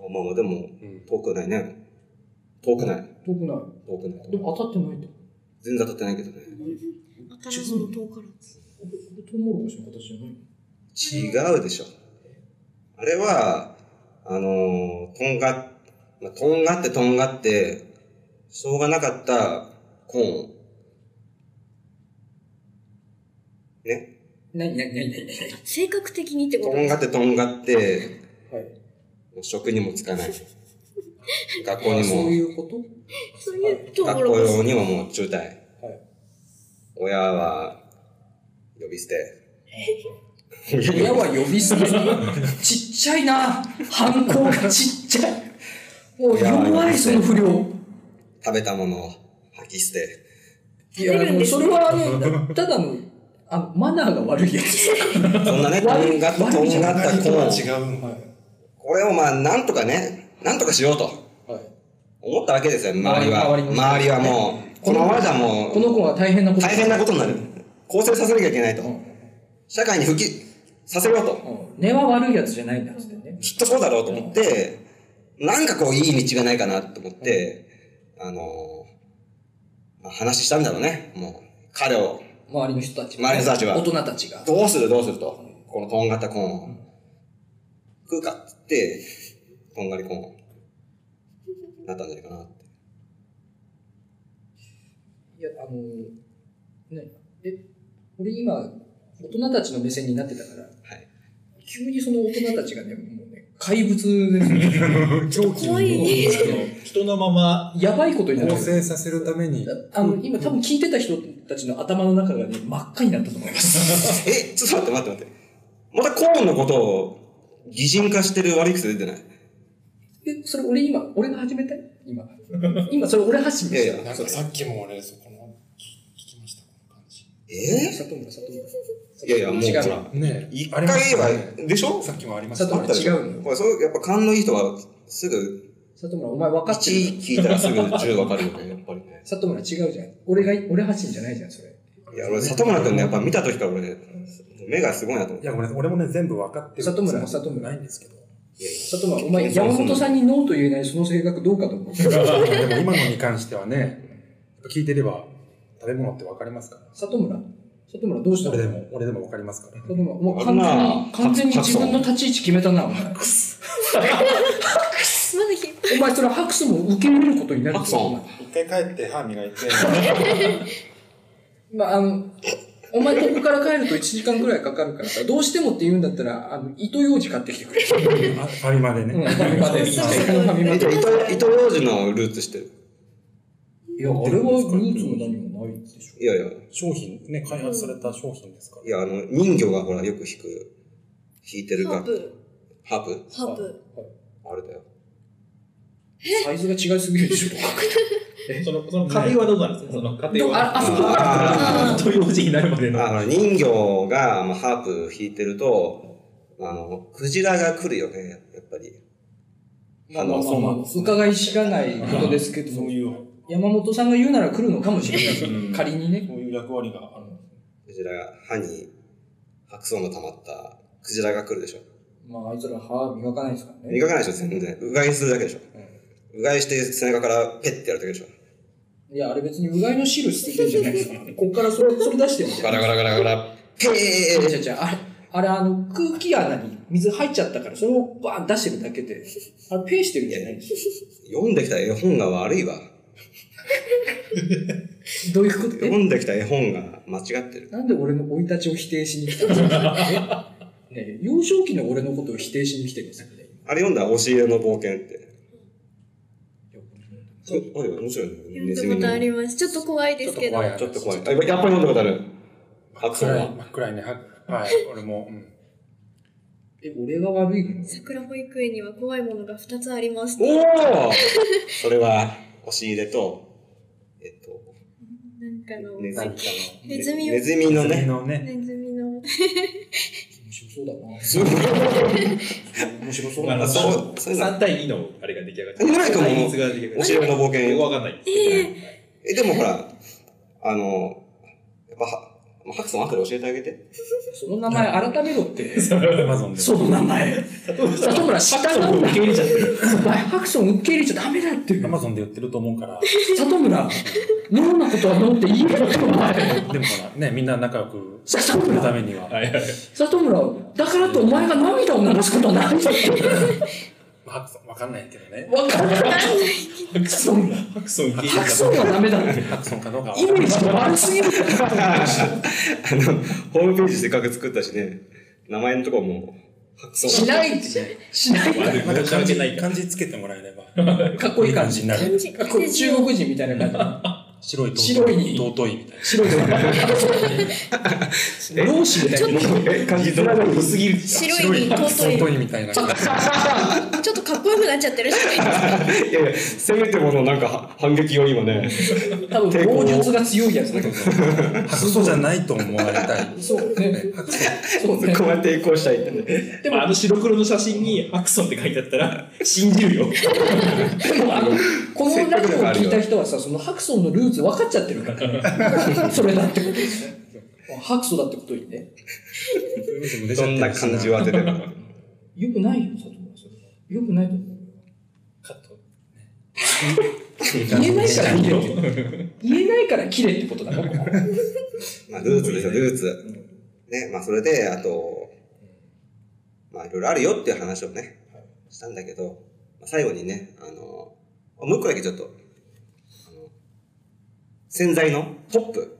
S3: まあまあ、でも、
S4: うん
S3: 遠くないね。遠くない。
S5: 遠くない。
S3: 遠くない。
S5: でも当たってないって。
S3: 全然当たってないけどね。
S6: 新しいの遠からず。
S5: これトウモロコシの形じゃない
S3: 違うでしょ。あれは、あのーとんが、まあ、とんがってとんがって、しょうがなかったコーン。ね。
S5: 何何何何何
S6: 性格的にってこと
S3: と
S6: で
S3: ん
S6: す
S3: がってとんがって、
S5: はい。
S3: もう職にもつ かない。学校
S5: あそう
S3: にも、
S5: いうこと
S6: そういうトウモロコ
S3: 学校
S6: シ。
S3: にももう中退。親は、呼び捨て。
S5: 親は呼び捨て。ちっちゃいな。反抗がちっちゃい。もう弱い、その不良。
S3: 食べたものを吐き捨て。
S5: いや、もうそれはあの、ただの、あの、マナーが悪いやつ。
S3: そんなね、とんがってとんがったコーン。
S4: う
S5: はい。
S3: これをまあ、なんとかね、なんとかしようと
S5: はい。
S3: 思ったわけですよ、周りは。
S5: 周りも
S3: 周りはもう、このままじゃも
S5: この
S3: う、
S5: 子は大変なこと。
S3: 大変なことになる。構成させなきゃいけないと
S5: うん。
S3: 社会に復帰させようと。
S5: うん根は悪いやつじゃないんだっつってね。
S3: きっとそうだろうと思って、なんかこう、いい道がないかなと思って、あのー、まあ、話したんだろうね、もう。彼を、
S5: 周りの人たち
S3: 周りの人たちは
S5: 大人たちが。
S3: どうするどうすると。このとんがったコーンを。食うかっつって、とんがりコーン。なったんじゃないかなって。
S5: いや、あの、ね、え、俺今、大人たちの目線になってたから、
S3: い
S5: 急にその大人たちがね、もうね、怪物ですね。
S4: 狂気
S6: 怖い
S4: を
S7: 人のまま、
S5: やばいことにな
S4: 構
S5: ってる。
S4: 成させるために、
S5: あの、今多分聞いてた人たちの頭の中がね、真っ赤になったと思います。
S3: え、ちょっと待って待って待って。またコーンのことを擬人化してる悪い癖出てない
S5: え、それ俺今、俺が始めたい今。 今、それ俺発信
S3: い
S5: で
S3: や
S5: し
S3: いや
S5: た。。
S4: なんかさっきも俺、そこの、聞きました、この感じ。
S3: え
S5: 里村、里村。
S3: いやいや、もう
S5: 違う
S3: ほら。
S4: ねえ
S3: 一
S4: あ
S3: 回
S4: りましたね
S3: は、でしょ
S4: さっきもありまし
S5: さ
S4: た
S5: と
S3: あったでしょ
S5: 違うの
S3: ほらそう、やっぱ勘のいい人は、すぐ、
S5: 里村、お前分かってる
S3: 1聞いたらすぐ10分かるよね、やっぱりね。
S5: 里村違うじゃん。俺が、俺発信じゃないじゃん、それ。
S3: いや、俺、里村くんね、やっぱ見た時から俺、目がすごいなと思っ
S4: い
S3: て。
S4: や、俺俺もね、全部分かってる。
S5: 里村も里村
S4: ないんですけど。
S5: 里村、お前、山本さんにノーと言えないその性格どうかと 思う。
S4: でも今のに関してはね、やっぱ聞いてれば、食べ物って分かりますから。
S5: 里村里村どうしたの
S4: 俺でも、俺でも分かりますから。
S5: 里村、もう完全に、完全に自分の立ち位置決めたな、お前。
S6: まだ引っ張
S5: お前、それハクスも受け入れることになる
S3: ハクソン
S7: 一回帰って歯磨いて、
S5: まあ、あの、お前ここから帰ると1時間くらいかかるからさ、どうしてもって言うんだったら、あの、糸ようじ買ってきてくれ。
S4: あファミマで
S5: うん、フ
S4: ね。
S5: ァミマで。
S6: そうそう
S5: ファミマ
S3: え、じ
S5: で
S3: ゃあ、糸、糸ようじのルーツ知ってる
S5: いや、あれはルーツも何もないでし
S3: いやいや、
S4: 商品、ね、開発された商品ですから
S3: い。や、あの、人魚がほら、よく弾く、弾いて
S6: る
S3: る
S6: ハー
S3: 楽器。
S6: プ
S3: ハープ
S6: ハープ
S3: あれだよ。
S5: ょ。サイズが違いすぎるでしょ。
S7: その、その家庭はどうなんですかその
S5: で
S7: 家庭
S5: もあ、あ
S7: は。
S5: そこから
S3: あー
S6: あ
S7: と用事になるまでの。
S3: あの、人魚が、まあ、ハープ弾いてると、あの、クジラが来るよね、やっぱり。
S5: まあまあまあまあ、伺い知らないことですけど、
S7: そういう、
S5: 山本さんが言うなら来るのかもしれな
S7: う
S5: い。
S7: ん
S5: 仮にね。
S7: そういう役割があるの。
S3: クジラが、歯に白草の溜まったクジラが来るでしょ。
S5: まあ、あいつら歯磨かないですからね。
S3: 磨かないでしょ、全然。うがいするだけでしょ。うがいして背中からペッてやるだけでしょ。
S5: いや、あれ別にうがいの汁捨ててんじゃないです から。こっからそれ、それ出してるんじゃ
S3: ガ
S5: ん。
S3: ラガラガラガラ、ペ
S5: 違う
S3: ー
S5: 違う違うあれ、あれあの、空気穴に水入っちゃったから、それをバーン出してるだけで、あれペーしてるんじゃないですよ。
S3: 読んできた絵本が悪いわ。
S5: どういうこと
S3: 読
S5: え
S3: んできた絵本が間違ってる。
S5: なんで俺の生い立ちを否定しに来たん ですかえねえ幼少期の俺のことを否定しに来てるんですよね。
S3: あれ読んだら押し入れの冒険って。
S5: いや
S3: あれ面白いね。ネズ
S6: 読ん
S3: ミ
S6: だことあ
S3: の。
S6: りますちょっと怖いですけど
S4: い
S3: ちょっと怖い。あやっぱり読んだことある。白草
S4: 暗い、
S3: は。
S4: 真っ暗いね。ははい、俺も。うん
S5: え、俺が悪いの
S6: 桜保育園には怖いものが2つあります
S3: おおそれは、押し入れと、えっと、
S6: なんかの
S3: ネズミ。
S6: ネズ
S3: ネ
S6: ミを
S3: ズミの
S4: 君
S3: ね。
S4: のね、
S6: ネズミの
S5: 面白そうだな。
S3: すごい。
S5: 面白そうだ
S7: まあ
S5: な。
S7: まあ
S5: そう
S3: そう、そういうの。
S7: 3対2のあれが出来上がって
S3: 井上君も
S7: 対立が出来上がって
S3: 押し入れの冒険。
S7: わかんないです
S3: え、でもほら、あの、やっぱ、はまあハクソン後で教えてあげて。
S5: その名前改めろって。
S4: アマゾンで。
S5: その名前。里村、下なんだ。受け入れちゃってる。お前、ハクソン受け入れちゃダメだって。
S4: アマゾンで売ってると思うから。
S5: 里村、 ノーなことはノーって言えよって、お前。
S4: でもほら、ね、みんな仲良くす
S5: 里
S4: る
S5: 村
S4: た、めには。
S7: はいはいはい。
S5: 里村、だからってお前が涙を流すことはないんだって。
S4: まあハクソン、わかんないけどね。
S5: わかんない。ハクソン、
S7: ハクソン受け入れ
S5: ハクソンはダメだって。
S4: ハクソンかどうかは
S5: イメージが悪すぎるから。
S3: あの、ホームページせっかく作ったしね、名前のとこも、ハクソン。
S5: しないって。しないか
S7: 悪い
S4: なんか
S7: 関
S4: 漢
S7: 係
S4: 字
S7: ないから。
S4: 漢字つけてもらえれば、
S5: ら。かっこいい感じ
S4: になる。
S6: 感じ
S5: かっこいい中国人みたいな感じ。
S4: 白い尊い
S5: 白いに
S4: 尊いみたいな。
S5: 白いとこ老子みたいな。
S3: え、漢字どれ
S7: 良すぎる。
S6: 白いに尊い
S4: 尊いみたいな。
S6: ちょっとかっこよくなっちゃってるじゃないですか
S3: いやいや、せめてものなんかは反撃を今 ね。
S5: 多分、棒術が強いやつだけど。
S4: 白素じゃないと思われたい。
S5: そうね。そうね。
S3: こうやって移行したいってね。
S7: でもあの白黒の写真にハクソンって書いてあったら、信じるよ。
S5: でもあの、このラジオを聞いた人はさ、そのハクソンのルーツ分かっちゃってるから ね。それだってことですね。ハクソだってことにね。
S3: どんな漢字を当てても。
S5: よくないよ、佐藤君それはよくないと思う。
S7: カット。
S5: 言えないから切れって。言えないから切れってことだから。
S3: まあ、ルーツですよ、ルーツ。ね、まあ、それで、あと、まあ、いろいろあるよっていう話をね、したんだけど、まあ、最後にね、あの、あもう一個だけちょっと、あの、洗剤のポップ。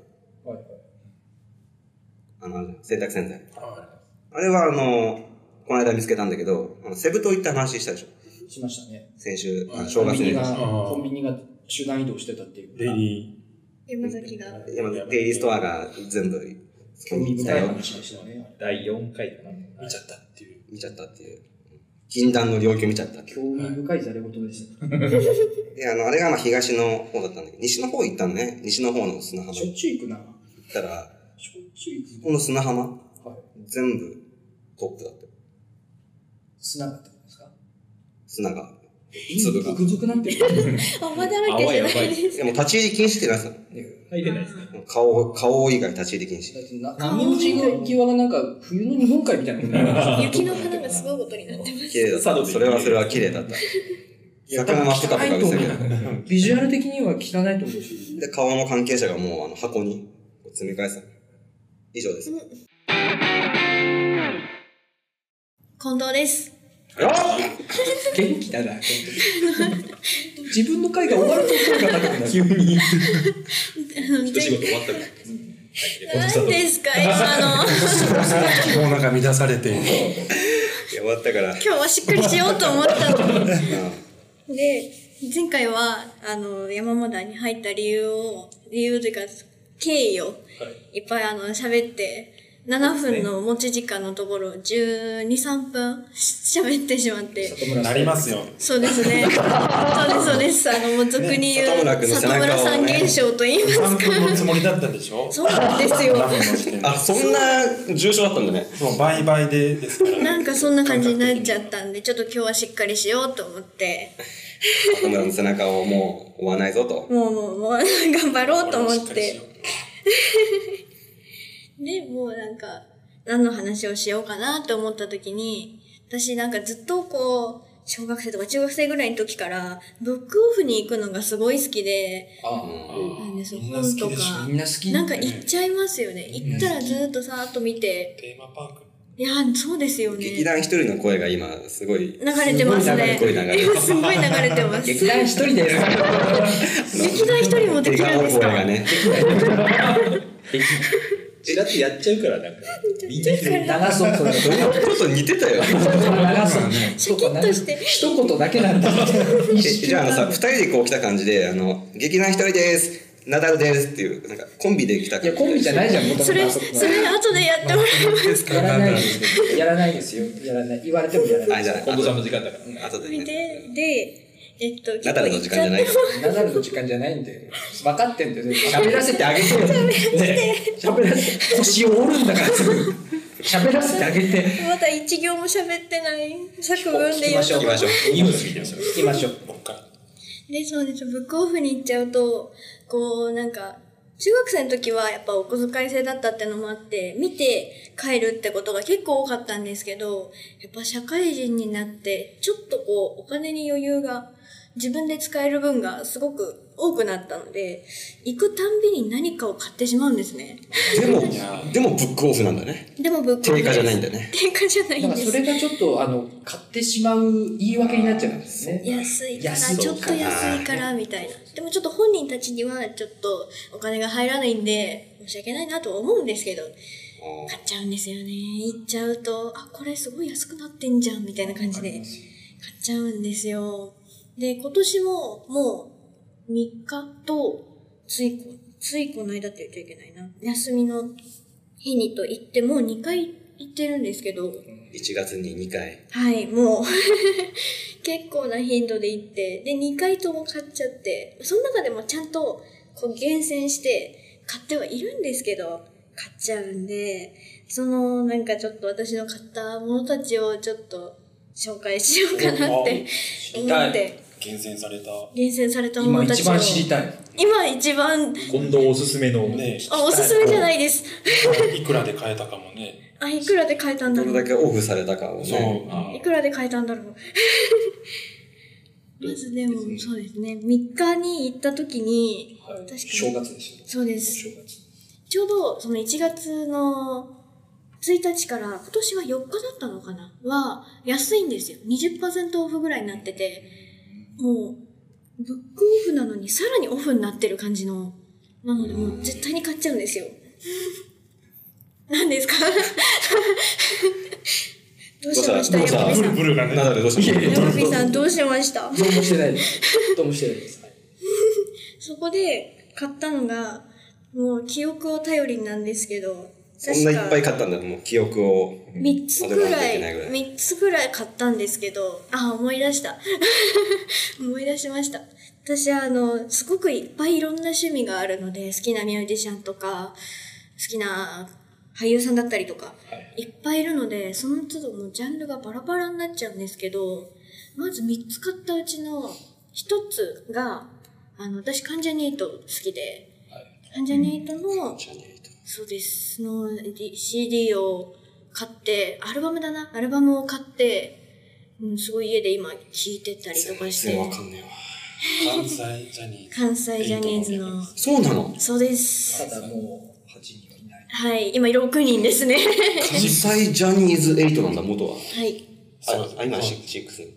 S3: あの、あるじゃん洗濯洗剤。
S4: は
S3: あれはあの、この間見つけたんだけど、あのセブ島行った話したでしょ
S5: しましたね。
S3: 先週、あ
S4: うん
S5: コ
S3: の正
S5: ンビ
S3: 月
S5: ニ
S3: に。
S5: が、
S4: あー
S5: コンビニが集団移動してたっていう。
S4: い。デイリ
S6: 山崎が。
S4: ー。
S3: 今、デイリーストアが全部
S5: 興味深い話でしたね。
S7: 第4回かな。
S4: 見ちゃったっていう。
S3: 見ちゃったっていう。禁断の領域を見ちゃったっていう。
S5: 興味深いざれ言でした。
S3: で、あの、あれがまあ東の方だったんだけど、西の方行ったのね。西の方の砂浜
S5: しょっ
S3: 行っ
S5: ちゅう行くな。
S3: たら、
S5: しょっちゅう行く
S3: この砂浜、
S5: な。はい。
S3: 全部トップだったよ
S5: 砂だったんですか
S3: 砂が。粒が
S5: グズくなってる。
S6: 泡だらけじゃないです
S3: でも立ち入り禁止ってなってたの
S7: 入れないですね。
S3: 顔、顔以外立ち入り禁止。
S5: な波打ちぐらい際がなんか冬の日本海みたいなことになる
S6: 雪の花がすごいことになってます。
S3: 綺麗だった。それはそれは綺麗だった。魚のプカプカ見せる。
S5: ビジュアル的には汚いと思うし。
S3: で、川の関係者がもうあの箱に積み返す。以上です。
S6: 近藤です。
S5: 元気だな、本当に 自分の回が終わると声が高くなる。
S7: 一仕事終わったから。
S6: 何ですか、今の。
S4: コーナーが乱されている。
S3: いや終わったから。
S6: 今日はしっかりしようと思ったの。
S3: うん
S6: で、前回は、あの、山本に入った理由を、理由というか、経緯を、いっぱいあの、喋って、7分の持ち時間のところ、12、3分喋ってしまって。
S4: なりますよ。
S6: そうですね。そうです、そうです。あの、もう俗に言う、
S3: ね里村君の背
S6: 里村
S3: 中
S6: さ
S3: を
S6: ん
S3: ね
S6: 現象と言います
S4: 3
S6: か。
S4: 分のつもりだったでしょ
S6: そうなんですよ。
S4: 何分の時点で
S3: あ、そんな重症だったんだね。
S4: そう、倍々でですから。
S6: なんかそんな感じになっちゃったんで、ちょっと今日はしっかりしようと思って、
S3: 里村の背中をもう追わないぞと。
S6: もうもうもう頑張ろうと思って。で、もうなんか、何の話をしようかなって思った時に、私なんかずっとこう、小学生とか中学生ぐらいの時から、ブックオフに行くのがすごい好きで、
S5: あ
S6: なんですよ
S4: みんな好
S6: 本
S4: き
S6: と
S4: でしょ
S6: か
S5: み。んな好き
S6: なんか行っちゃいますよね。行ったらずーっとさーっと見て。
S4: テーマパーク。
S6: いやー、そうですよね。
S3: 劇団一人の声が今、すごい、
S6: 流れてますね。
S3: すごい流れてる
S6: 今すごい流れてます。
S5: 劇団一人でやる。
S6: 劇団一人もで
S3: 手
S6: き
S3: が
S6: るん
S3: の
S6: で
S3: 声
S6: すか
S3: がね。
S7: ちらっとやっちゃうから、なんか。みんな一人
S5: 流そう、それ。
S3: ちょっと似てたよ。
S5: 流す
S6: シャキッとして
S5: 一言だけなんだ。 一
S3: え じゃああのさ、二人でこう来た感じで、あの、劇団一人です、ナダルですっていう、なんかコンビで来た
S5: い
S3: 感じ
S5: や、コンビじゃないじゃん、もと
S6: それ、それ後でやってもらいます
S5: やらないですよ。やらないですよ。やらない。言われてもやらない
S3: あ、じゃ
S7: 近藤さんの時間だから。
S3: あ、後で、
S6: で、
S3: ね。
S6: で、えっと、
S3: ナダルの時間じゃない
S6: 結
S3: か
S5: ナダルの時間じゃないんで。分かってんだよね。喋らせてあげてよ。喋らせて。腰を折るんだから、すぐ。喋らせてあげて。
S6: 構行っちゃってまだ一行も喋ってない作文
S5: 聞
S6: で
S5: き
S6: 言
S5: ま
S6: う
S5: しょう。
S6: と。
S5: 聞
S7: ニュース見てました。
S5: きましょう。
S6: で、そうです。ブックオフに行っちゃうと、こう、なんか、中学生の時はやっぱお小遣い制だったってのもあって、見て帰るってことが結構多かったんですけど、やっぱ社会人になって、ちょっとこう、お金に余裕が、自分で使える分がすごく多くなったので、行くたんびに何かを買ってしまうんですね。
S3: でも、でもブックオフなんだね。
S6: でもブックオフ
S3: 定
S6: です
S3: 価じゃないんだね。
S6: 定価じゃない
S5: だ
S6: ん
S5: から
S6: です
S5: そ。れがちょっとあの買ってしまう言い訳になっちゃうんですね。
S6: 安いから
S5: 安い
S6: ちょっと安いからみたいなでもちょっと本人たちにはちょっとお金が入らないんで申し訳ないなとは思うんですけど買っちゃうんですよね行っちゃうとあこれすごい安くなってんじゃんみたいな感じで買っちゃうんですよで今年ももう3日とついこついこの間って言っちゃいけないな休みの日にと言ってもう2回行ってるんですけど、
S3: 1月に2回。
S6: はい、もう、 結構な頻度で行って、で、2回とも買っちゃって、その中でもちゃんと、こう、厳選して、買ってはいるんですけど、買っちゃうんで、その、なんかちょっと私の買ったものたちをちょっと、紹介しようかなって思って、
S4: 厳選された。
S6: 厳選されたも
S5: 今
S6: のたち
S5: 一
S6: を。
S5: 番知りたい。
S6: 今一番、
S7: 近藤おすすめの。
S4: ね
S6: あ、おすすめじゃないです。
S4: いくらで買えたかもね。
S6: あ、いくらで買えたんだ
S3: ど
S6: ろ
S3: れ
S6: う
S3: だ。けオフされたかを
S4: そ
S3: ね。
S4: う。
S6: いくらで買えたんだろう。 まずでも、そうですね。3日に行った時に、確かに。
S5: 正月でしょ。
S6: そうです。
S5: 正月。
S6: ちょうど、その1月の1日から、今年は4日だったのかなは、安いんですよ。20%オフぐらいになってて、もう、ブックオフなのにさらにオフになってる感じの、なのでもう絶対に買っちゃうんですよ。 何ですか どうしました
S3: どうした
S6: 山火さ
S7: ブルブル がね。
S3: ナダルどうし
S6: ん
S3: た
S6: 山火さんどうしました
S5: どうもしてないです。どうもしてないです。はい
S6: そこで買ったのがもう記憶を頼りになんですけど
S3: そんないっぱい
S6: 確か
S3: 買ったんだもう記憶を
S6: 3つぐ
S3: アドバン
S6: ら
S3: テージ
S6: い
S3: ないぐらい
S6: 3つぐらい買ったんですけどあ思い出した 思い出しました私あのすごくいっぱいいろんな趣味があるので好きなミュージシャンとか好きな俳優さんだったりとか、い、っぱいいるのでその都度もうジャンルがバラバラになっちゃうんですけどまず3つ買ったうちの1つがあの私関ジャニート好きで、関ジャニートの、そうです。の D- CD を買って、アルバムだな、アルバムを買って、うん、すごい家で今聴いてたりとかして、
S3: わかんねえわ
S7: 関西ジャニーズ。
S6: 関西ジャニーズの、
S3: そうなの
S6: そうです。
S5: ただもう、
S7: 8人はいない。
S6: はい、今6人ですね。
S3: 関西ジャニーズ8なんだ元は
S6: はい。
S7: そう
S3: あ今6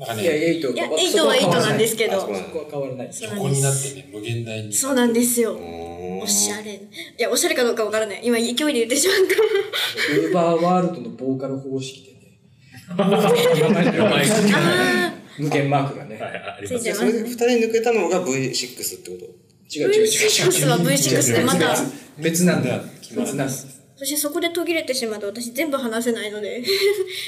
S7: なんか
S5: いや、
S7: ね、
S5: エイト
S6: いや、8は8なんですけ
S3: あそこ
S6: ど
S3: な、
S5: そこは変わらないです。
S6: そうな
S7: 横
S6: んで
S7: になっ
S6: す。
S7: てね、無限大に。
S6: そうなんですよ。
S3: お
S6: おしゃれ。いや、おしゃれかどうかわからない。今、勢いで言ってしまった。
S5: ウーバーワールドのボーカル方式でね、
S6: あ
S5: 無限マークがね、
S6: ー、ついてま
S3: そ
S6: す
S3: れで2
S6: ね。
S3: 人抜けたのが V6 ってこ
S5: 違う違う違う違う。
S6: V6 は V6 でまた、
S5: 別なんだ。別なんです。
S6: そしてそこで途切れてしまうと私全部話せないので、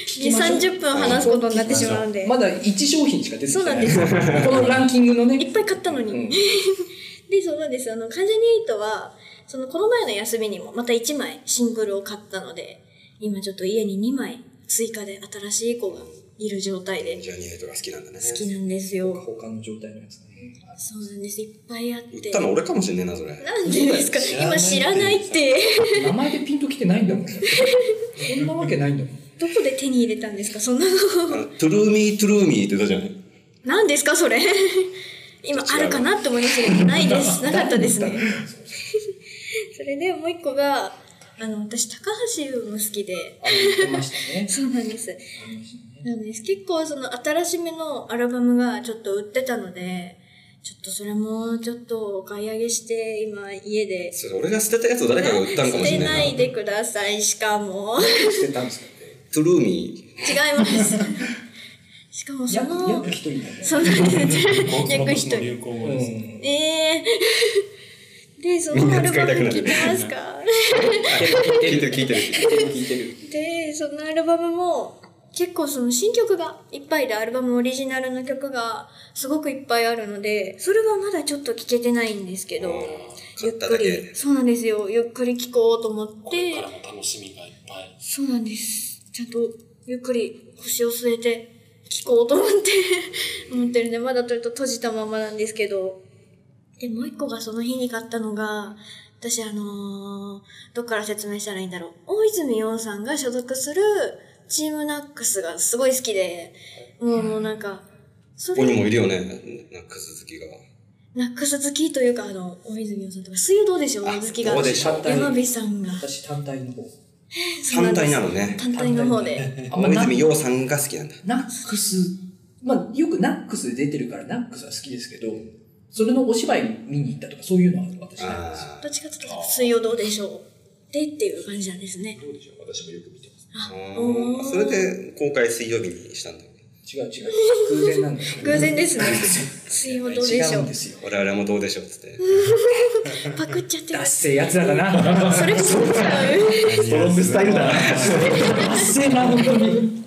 S5: き
S6: 2、
S5: ましょう
S6: 30分話すことになってしまうんで、
S5: まだ1商品しか出てき
S6: そう
S5: て
S6: な
S5: なんい。
S6: ですよ。
S5: このランキングのね。
S6: いっぱい買ったのに。
S5: うん
S6: で、そうなんです。あの、関ジャニエイトは、その、この前の休みにもまた1枚シングルを買ったので、今ちょっと家に2枚追加で新しい子がいる状態
S3: と
S6: で
S3: ジャニー8が好きなんだね
S6: 好きなんですよ。
S5: 他の状態のやつね。
S6: そうなんです。いっぱいあって。
S3: 言ったの俺かもしんねえな それ
S6: なんでですか今知らないって。
S5: 名前でピンときてないんだもん。そんなわけないんだもん。
S6: どこで手に入れたんですかそんなの。
S3: あのトゥルーミートゥルーミーって言ったじゃない
S6: 何ですかそれ今あるかなって思いましたけどないですなかったです ねそれでもう一個があの私高橋優も好きで
S5: あの、言ってましたね。
S6: そうなんですなんです結構その新しめのアルバムがちょっと売ってたのでちょっとそれもちょっとお買い上げして今家で
S3: それ俺が捨てたやつを誰かが売ったんかも
S6: 捨
S3: しれ
S6: てな
S3: ない
S6: い
S3: な
S6: でくださいし かも
S5: 捨てたんですけどね。
S3: トゥルーミ
S6: 違いますしかもそ
S5: 約、
S6: の
S5: 約一人だね。
S6: そうなんです
S7: 今
S6: 逆一
S7: 年の
S6: 人
S7: 流行語ですね。
S5: う
S6: ええで、そ
S3: みん
S6: のア
S3: な
S6: ル
S3: 使
S6: バ
S3: いた
S6: ム
S3: くなる
S6: 聞いてますか
S3: ー聞いてる聞いてる
S5: 聞いてる。
S6: で、そのアルバムも、結構その新曲がいっぱいで、アルバムオリジナルの曲がすごくいっぱいあるので、それはまだちょっと聴けてないんですけど、
S3: 買
S6: ゆっ
S3: った
S6: く
S3: だけ
S6: り、そうなんですよ、ゆっくり聴こうと思っ
S7: これから
S6: て、
S7: も楽しみがいっぱい。
S6: そうなんです。ちゃんとゆっくり腰を据えて聴こうと思って思って るんで、まだちょっと閉じたままなんですけど、で、もう一個がその日に買ったのが、私あのーどっから説明したらいいんだろう。大泉洋さんが所属するチームナックスがすごい好きで、もうもうなんか、そ
S3: ここにも
S6: れ、
S3: いるよねなんか鈴木が
S6: ナックス好きというか、あの、大泉洋さんとか、水曜どうでしょう好きが
S3: ど。うでしょう
S6: 山火さんが。
S5: 私単体の方。
S6: そ
S3: 単
S6: うんです
S3: 体なのね
S6: 単体の方で。
S5: あんま
S3: 大
S5: な
S3: 泉洋さんが好きなんだ
S5: ナックス、まあよくナックスで出てるからナックスは好きですけど、それのお芝居見に行ったとかそういうのは私ないんですよ。
S3: あ
S6: どっちかというと、水曜どうでしょうでっていう感じなんですね。
S7: どうでしょう私もよく見てます。
S3: あ
S6: おー
S3: それで公開水曜日にしたんだよね
S5: 違う違う。偶然なん ですよ
S6: 偶然ですね。水曜どうでし
S5: 違
S6: ょ
S5: うん
S6: う
S5: で。すよ。
S3: 我々もどうでしょうっつって
S6: パクっちゃって
S5: ダッ
S6: る。
S5: セーやつらだな。
S6: それこそ見ちゃう。
S7: ストロングスタイルだな。
S5: ダッセーな、本当に。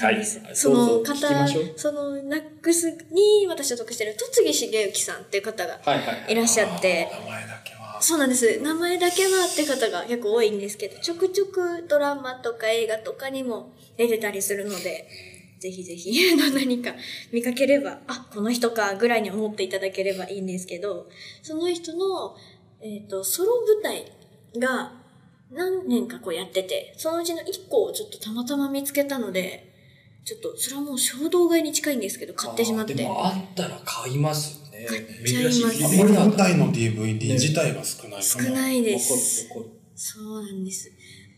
S7: はい。
S6: その
S5: どうぞ聞き
S6: 方
S5: ましょう、
S6: そのナックスに私所属してる戸次重幸さんっていう方が
S5: はいはい。
S6: いらっしゃって、
S7: 名前だけは。
S6: そうなんです。名前だけはって方が結構多いんですけど、ちょくちょくドラマとか映画とかにも出てたりするので、ぜひぜ ひあの何か見かければ、あ、この人かぐらいに思っていただければいいんですけど、その人の、えっ、と、ソロ舞台が何年かこうやってて、そのうちの1個をちょっとたまたま見つけたので、ちょっと、それはもう衝動買いに近いんですけど、買ってしまって。
S5: あーでもあったら買いますよね。
S7: 珍しい。
S6: ちゃいます
S7: これ本体の DVD 自体は少ないか
S6: 少
S7: も。
S6: ないです。
S5: 怒る怒る
S6: そうなんです。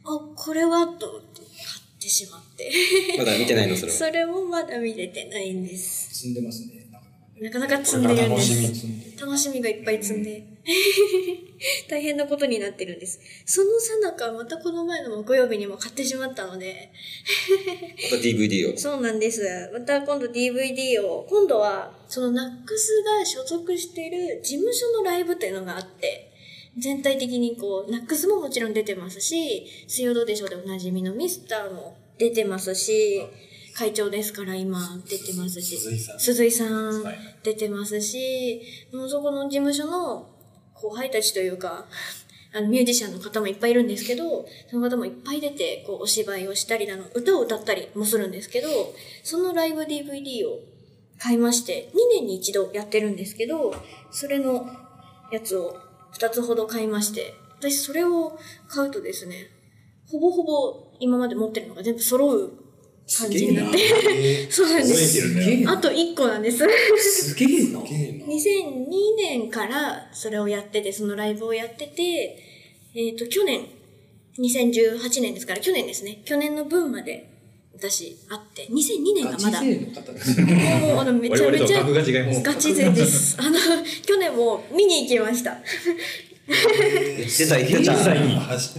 S6: あ、これはと思って買ってしまって。
S3: まだ見てないのそれは
S6: それもまだ見れてないんです。
S5: 積んでますね。なんか
S6: なかなか
S7: こ
S6: 積
S7: れ
S6: ん
S7: か
S6: で
S7: ら
S6: るんで
S7: 楽し
S6: す。
S7: み。
S6: 楽しみがいっぱい積んで。 大変なことになってるんです。そのさなか、またこの前の木曜日にも買ってしまったので、
S3: また DVD を。
S6: そうなんです。また今度 DVD を、今度は、そのナックスが所属している事務所のライブっていうのがあって、全体的にこう、ナックスももちろん出てますし、水曜どうでしょうでおなじみのミスターも出てますし、会長ですから今出てますし、
S1: 鈴井さん
S6: 鈴井さん
S1: はい
S6: 出てますし、もうそこの事務所の後輩たちというか、あのミュージシャンの方もいっぱいいるんですけど、その方もいっぱい出て、こう、お芝居をしたりだの、歌を歌ったりもするんですけど、そのライブ DVD を買いまして、2年に一度やってるんですけど、それのやつを2つほど買いまして、私それを買うとですね、ほぼほぼ今まで持ってるのが全部揃う感じになって、 そうなんです。
S1: る
S5: すげえ
S6: あ
S5: な。
S6: と1個なんです。
S5: すげえな。
S6: 2002年からそれをやってて、そのライブをやってて、えっ、と、去年、2018年ですから、去年ですね。去年の分まで、私、あって、2002年
S5: ガ
S6: がま
S5: チ
S6: だ、
S5: 勢の方ですね。
S6: もう、あの、めちゃ
S1: 我
S6: め
S1: 々
S6: ち
S1: と
S6: ゃ
S1: 格、が違います。
S6: ガチ勢です。あの、去年も見に行きました。
S3: 出た、言ってた。漂
S6: 見に行きまし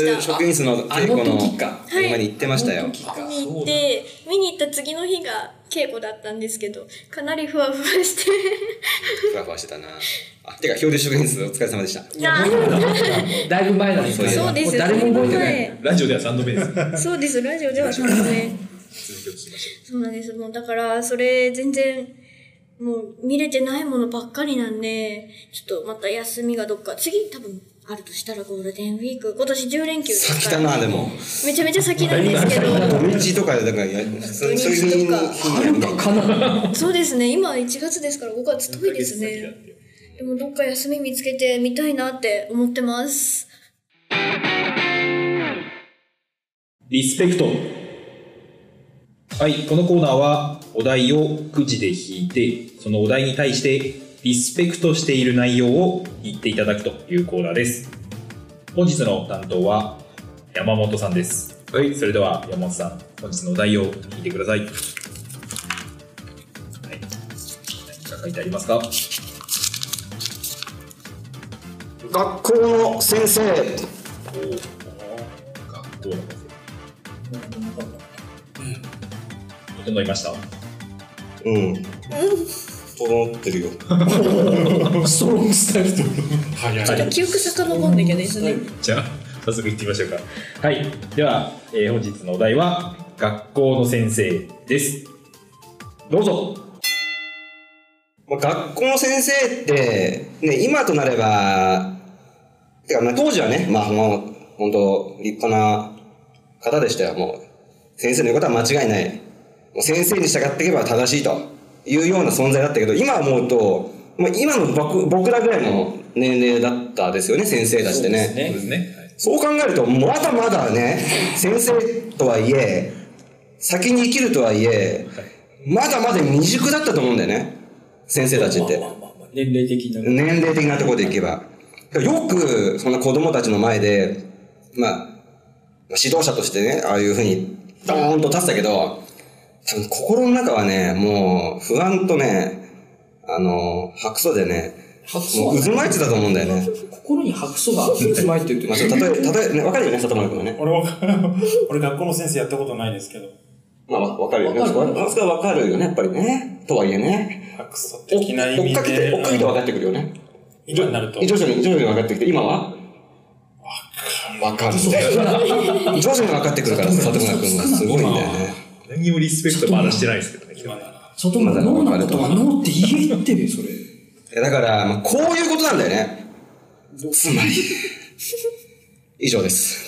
S3: 流
S6: た
S3: 職員室の
S5: あの時か。
S6: はい
S3: 今に行ってました
S5: あ
S3: よ
S5: の。時か。
S6: 見に行って、見に行った次の日が稽古だったんですけど、かなりふわふわして、
S3: ふわふわしてたな。あ、てか、漂流職員室お疲れ様でした。
S6: いや
S5: だいぶ前なんですけど
S6: そうです
S5: もう誰も覚えてない。
S6: い。
S1: ラジオでは3度目です。
S6: そうです、ラジオではそうですね。
S1: 続きを聞きましょ
S6: そうなんです。もうだから、それ全然、もう見れてないものばっかりなんで、ちょっとまた休みがどっか、次多分あるとしたらゴールデンウィーク、今年10連休です
S3: 先
S6: か
S3: だ
S6: ら、
S3: な、でも。
S6: めちゃめちゃ先なんですけ
S3: 土
S6: ど、
S3: 日とかで、だから、や普通にそういう日に。
S5: かな
S6: そうですね、今1月ですから5月遠いですね。でもどっか休み見つけてみたいなって思ってます。
S1: う。リスペクト。はい、このコーナーはお題をくじで引いて、そのお題に対してリスペクトしている内容を言っていただくというコーナーです。本日の担当は山本さんです。はい、それでは山本さん、本日のお題を引いてください。はい、何か書いてありますか
S3: 学校の先生。
S1: おお学校の風整いました
S3: うん。整ってるよ。
S5: ストロングスタイルと
S8: 早い。
S6: ちょっと記憶遡んなきゃですね。
S1: じゃあ早速行ってみましょうかはいでは、えー本日のお題は「学校の先生」ですどうぞ
S3: まあ、学校の先生って、ね、今となれば、てかまあ当時はね、まあもう本当立派な方でしたよ、もう。先生の言うことは間違いない。もう先生に従っていけば正しいというような存在だったけど、今思うと、まあ、今の僕僕らぐらいの年齢だったですよね、先生たちってね。
S1: そうですね、はい
S3: そう考えると、まだまだね、先生とはいえ、先に生きるとはいえ、まだまだ未熟だったと思うんだよね。先生たちって。
S5: 年齢的な。
S3: 年齢的なところでいけば。よく、そんな子供たちの前で、まあ、指導者としてね、ああいうふうに、ドーンと立つたけど、多分心の中はね、もう、不安とね、あの、白素でね、
S5: 白素
S3: もう渦巻いてたと思うんだよね。
S5: 心に白素が渦巻いてる
S3: まあ、そう例え、例え、ね、わかるよね、里村君はね。
S4: 俺は、俺学校の先生やったことないですけど、
S3: まあ、わわかるよね。
S5: わ
S3: わ
S5: かる
S3: かるそれはわかるよね、やっぱりね。とはいえね。
S4: 白素
S3: お
S4: 的な意
S3: 追っ
S4: 味
S3: かけ
S4: で
S3: て、追っかけて分かってくるよね。
S4: 今になると、
S3: 徐々に、徐々に分かってきて、今はわかるんだよ。徐々に分かってくるから、里村君はすごいんだよね。
S1: 何もリスペクトまだしてないですけどね
S4: 今なら。
S5: 外の脳なことは脳って言えってるよ、それ。
S3: いやだから、まあ、こういうことなんだよね。つまり、以上です。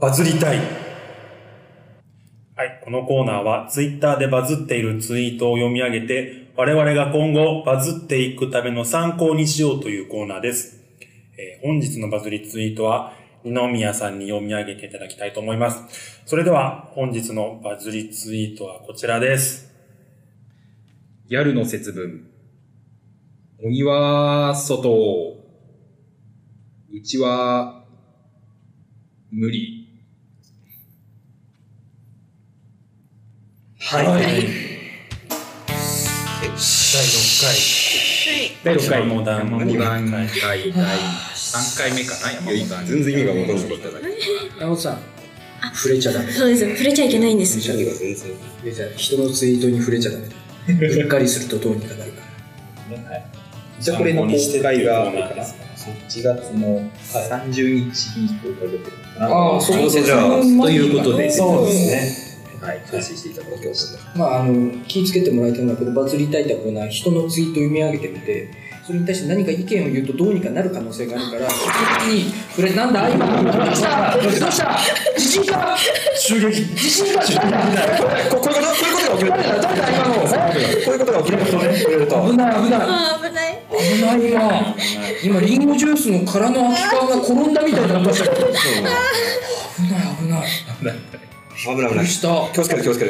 S4: バズりたい。はい、このコーナーは、ツイッターでバズっているツイートを読み上げて、我々が今後バズっていくための参考にしようというコーナーです。えー本日のバズりツイートは、二宮さんに読み上げていただきたいと思います。それでは、本日のバズりツイートはこちらです。
S1: ギャルの節分鬼は外うちは無理
S9: はい。第6
S6: はい。
S1: 第6
S9: 回。
S1: 回。
S9: モダンモダン会。
S1: 第第3回目かな、山本さん。
S3: 全然意味がわかんない
S5: 山本さん、触れちゃダメ。
S6: そうです。触れちゃいけないんです。
S3: 何が全然
S5: 触れちゃ人のツイートに触れちゃダメ。うっかりするとどうにかなるから。
S1: じゃあこれの公
S9: 参考
S1: 開が
S9: にしてっていうコーナーです
S1: 1月の30日に公開予定かな
S5: ああ、
S3: う
S5: そう
S3: かそうか
S1: ということで、
S9: そうですね。
S1: はい、開始していただきました。
S5: まあ、あの、気をつけてもらいたいのは、このバズりたいたコーナー、人のツイートを読み上げてみて、それに対して何か意見を言うとどうにかなる可能性があるから、引き続き、これなんだ今、どうしたどうした地震か
S9: 襲撃。
S5: 地震か誰だ
S3: ここういうことこういうこ
S5: 誰だ誰だ今の
S3: とが起きるこういうことが起きるとね触れると
S5: 危ない危ない
S6: ああ、危ない。
S5: 危ない今今リンゴジュースの殻の空き缶が転んだみたいになりましたけど危ない危ない
S3: 危ない危
S5: ど
S3: な
S5: う
S3: い
S5: した
S3: 気をつける気をつける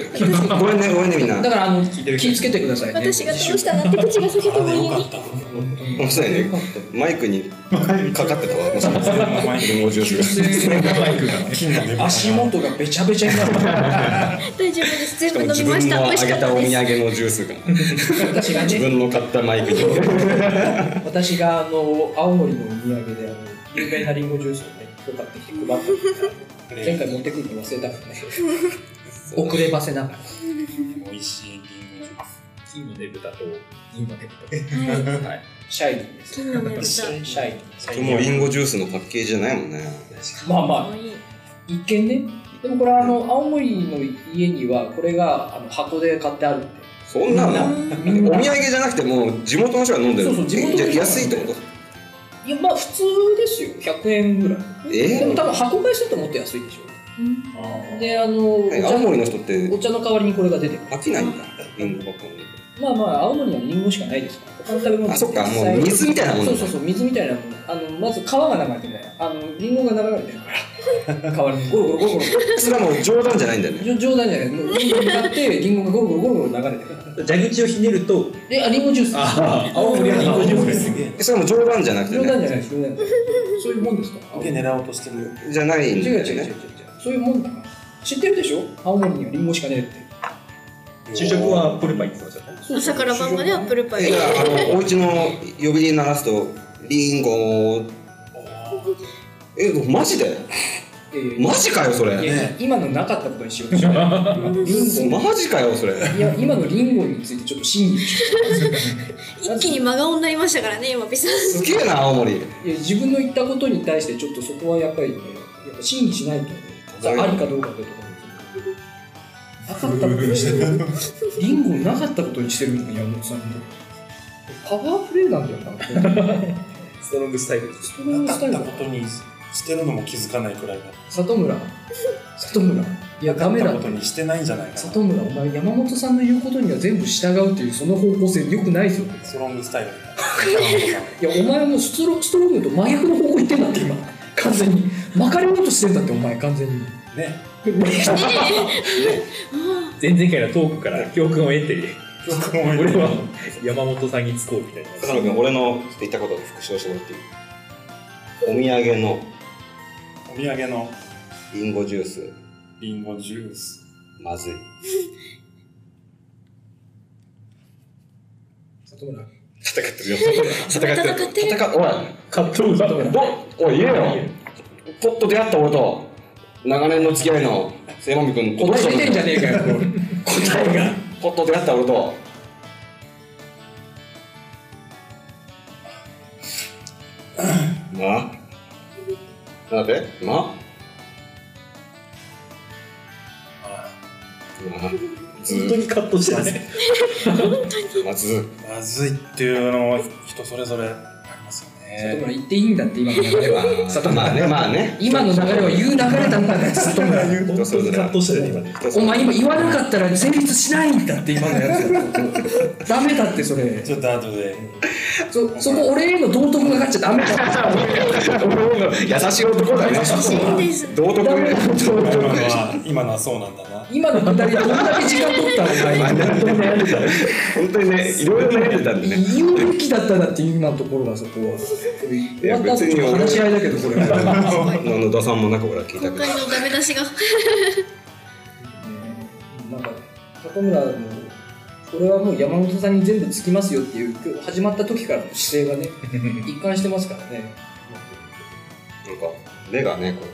S3: ごめんねごめんねみんな
S5: だからあの気をつけてくださいね
S6: 私がどうしたなんて口が裂けてもいい。
S3: 面白いねマイクにかかってたわもしかしてリンゴジュース
S5: 足元がべちゃべちゃになる
S6: 大丈夫です。全
S3: しかも
S6: 部
S3: 自
S6: 飲みま
S3: 分
S6: した。
S3: の
S6: 美
S3: あ
S6: 味しか
S3: げ
S6: った
S3: お土
S6: た
S3: 産
S6: です。
S3: のジュースが
S5: 私が
S3: 自
S5: ね
S3: 分の買ったマイクに
S5: 私があの青森のお土産であの有名なリンゴジュースをね今日買ってきて配ったんで前回持ってくるの忘れたからね遅ればせながら
S9: 美味しいリンゴジュース。
S1: 金のねぶたと銀のね
S6: はい。
S1: ぶた。はい。
S5: シャイニーです
S6: 金のねぶた。か
S5: シャイニ
S3: もうリンゴジュースのパッケージじゃないもんね
S5: ーまあまあ
S6: わいい。
S5: 一見ねでもこれあの青森の家にはこれがあの箱で買ってあるんで
S3: そんなの
S5: みん
S3: お土
S5: な
S3: 産じゃなくてもう地元の人が飲んでる
S5: そうそう地元の人
S3: えじゃあ
S5: が
S3: 安いってこと
S5: いやまあ普通ですよ100円ぐらいでも
S3: え
S5: 多分箱買いするともっと安いでしょ
S6: うん
S5: であのお
S3: え
S5: 茶
S3: 青森
S5: の
S3: の人って
S5: お茶の代わりにこれが出てくる
S3: 飽きないんだリンゴばっか飲んで
S5: まあまあ青森にはリンゴしかないですから他の食べ物
S3: あそっか
S5: 実際
S3: もう水みたいなもんだ
S5: そうそうそう水みたいなもんあのまず皮が流れてないあのリンゴが流れてるから 代わりにゴロゴロゴロゴ
S3: それはもう冗談じゃないんだよね
S5: ロ冗談じゃないもうリンゴになってリンゴがゴロゴロゴロゴロ流れてるから
S1: 蛇口をひねると、
S5: えあリンゴジュースです
S1: ああ、青森はリンゴジュースですね。
S3: えそれはもう冗談じゃなくて
S5: 冗談じ
S3: ね
S5: ゃないです冗談じゃないそういうもんですから
S9: で、狙おうとしてる。
S3: じゃないんだ
S5: 違う違
S3: よ
S5: う違う違う違
S3: ね
S5: うそういうもんだから知ってるでしょ青森にはリンゴしかねえって
S1: 昼食はプルパイにしてました。
S6: 朝から晩まではプルパ
S3: え
S6: イ
S3: じ。ゃああのお家の呼び鈴鳴らすとリンゴえマジで
S5: いやいや
S3: マジかよ
S5: い
S3: それ
S5: や今のなかったことにしようと しないリンゴ
S3: マジかよそれ
S5: いや今のリンゴについてちょっと審議しよ
S6: 一気に真顔になりましたからね、今、ピサ
S3: すげえな青森
S5: ういや自分の言ったことに対してちょっとそこはやっぱりねやっぱ審議しないとねさあありかどうかってところなかったことにしてるリンゴをなかったことにしてるの山本さんもパワープレイなんだよな
S1: ストロングスタイル。
S5: ストロング
S9: な
S5: ス
S9: か
S5: タイ
S9: っ
S5: ルだ
S9: たことにしてるのも気づかないくらいだ。
S5: 里村里村いやダメ
S9: な
S5: だ
S9: かったことにしてないんじゃないかな。
S5: 里村お前山本さんの言うことには全部従うっていうその方向性よくないぞ
S9: ストロングスタイル。
S5: いやお前はもうストロストロングと真逆の方向行ってんだって今完全にまかれようとしてんだってお前完全に
S9: ね。
S1: 前々回のトークから教訓を得て、
S9: 俺
S1: 俺は山本さんにつこうみたいな。
S3: 坂野君俺の言ったことを復唱してもらっていいお土産の
S9: お土産の
S3: リンゴジュース
S9: リンゴジュース。
S3: まずい
S5: 里村
S3: 戦ってるよ
S6: 戦ってる
S3: 戦ってる戦おい
S1: カットオフだと
S3: どおい言えよポッと出会った俺と長年の付き合いの末間美君
S5: 答え出てんじゃねえか よ
S3: 答えがポッと出会った俺とまあなんだってまあまあ
S1: 本当にカットしてね。
S3: まず
S9: まずいっていうのは人それぞれありますよ
S5: 里
S9: ね。
S5: 村言っていいんだって今の流れは里
S3: まあね
S5: 村
S3: まあね
S5: 今の流れは言う流れだったんだよ里村
S1: 本当にカットしてね、今ね。
S5: お前今言わなかったら成立しないんだって今のやつだダメだってそれ
S9: ちょっと後で。
S5: そそこ俺への道徳がかかっちゃダメだって
S3: 優しい男だね
S6: そうです。
S3: 道徳
S9: 今のは、今のはそうなんだな。
S5: 今のくだりどんだけ時間取ったのお前
S3: 本当にねいろいろ悩んでたんでね
S5: 言うべきだったなっていう今のところはそこは終わった後
S3: 別に
S5: ちょっと話し合いだけどこれ
S3: の野田さんもなんか俺は聞いた
S6: 今
S3: けど
S6: 回のダメ出しが。
S5: なんか里村のこれはもう山本さんに全部つきますよっていう今日始まった時からの姿 勢がね一貫してますからね
S3: なんか、目がね、こ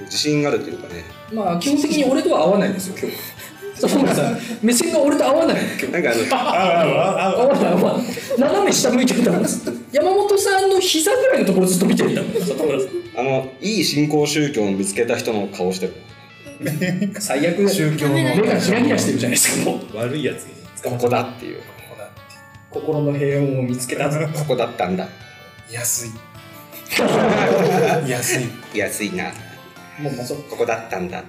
S3: う、自信があるというかね、
S5: まあ基本的に俺とは合わないんですよ 今日里村さん目線が俺と合わないの今日
S3: なんかあの、
S5: 合わない合わない斜め下向いてたんです山本さんの膝ぐらいのところずっと見てた里村さん
S3: あ の、いい信仰宗教を見つけた人の顔してる。
S5: 最悪 だよ
S10: 宗教の
S5: 目がキラキラしてるじゃないですかもう
S1: 悪いやつ
S3: ここだっていう。
S5: 心の平穏を見つけたぞ
S3: ここだったんだ。
S10: 安い安い
S3: 安いな。
S5: もうまあそ
S3: ここだったんだ。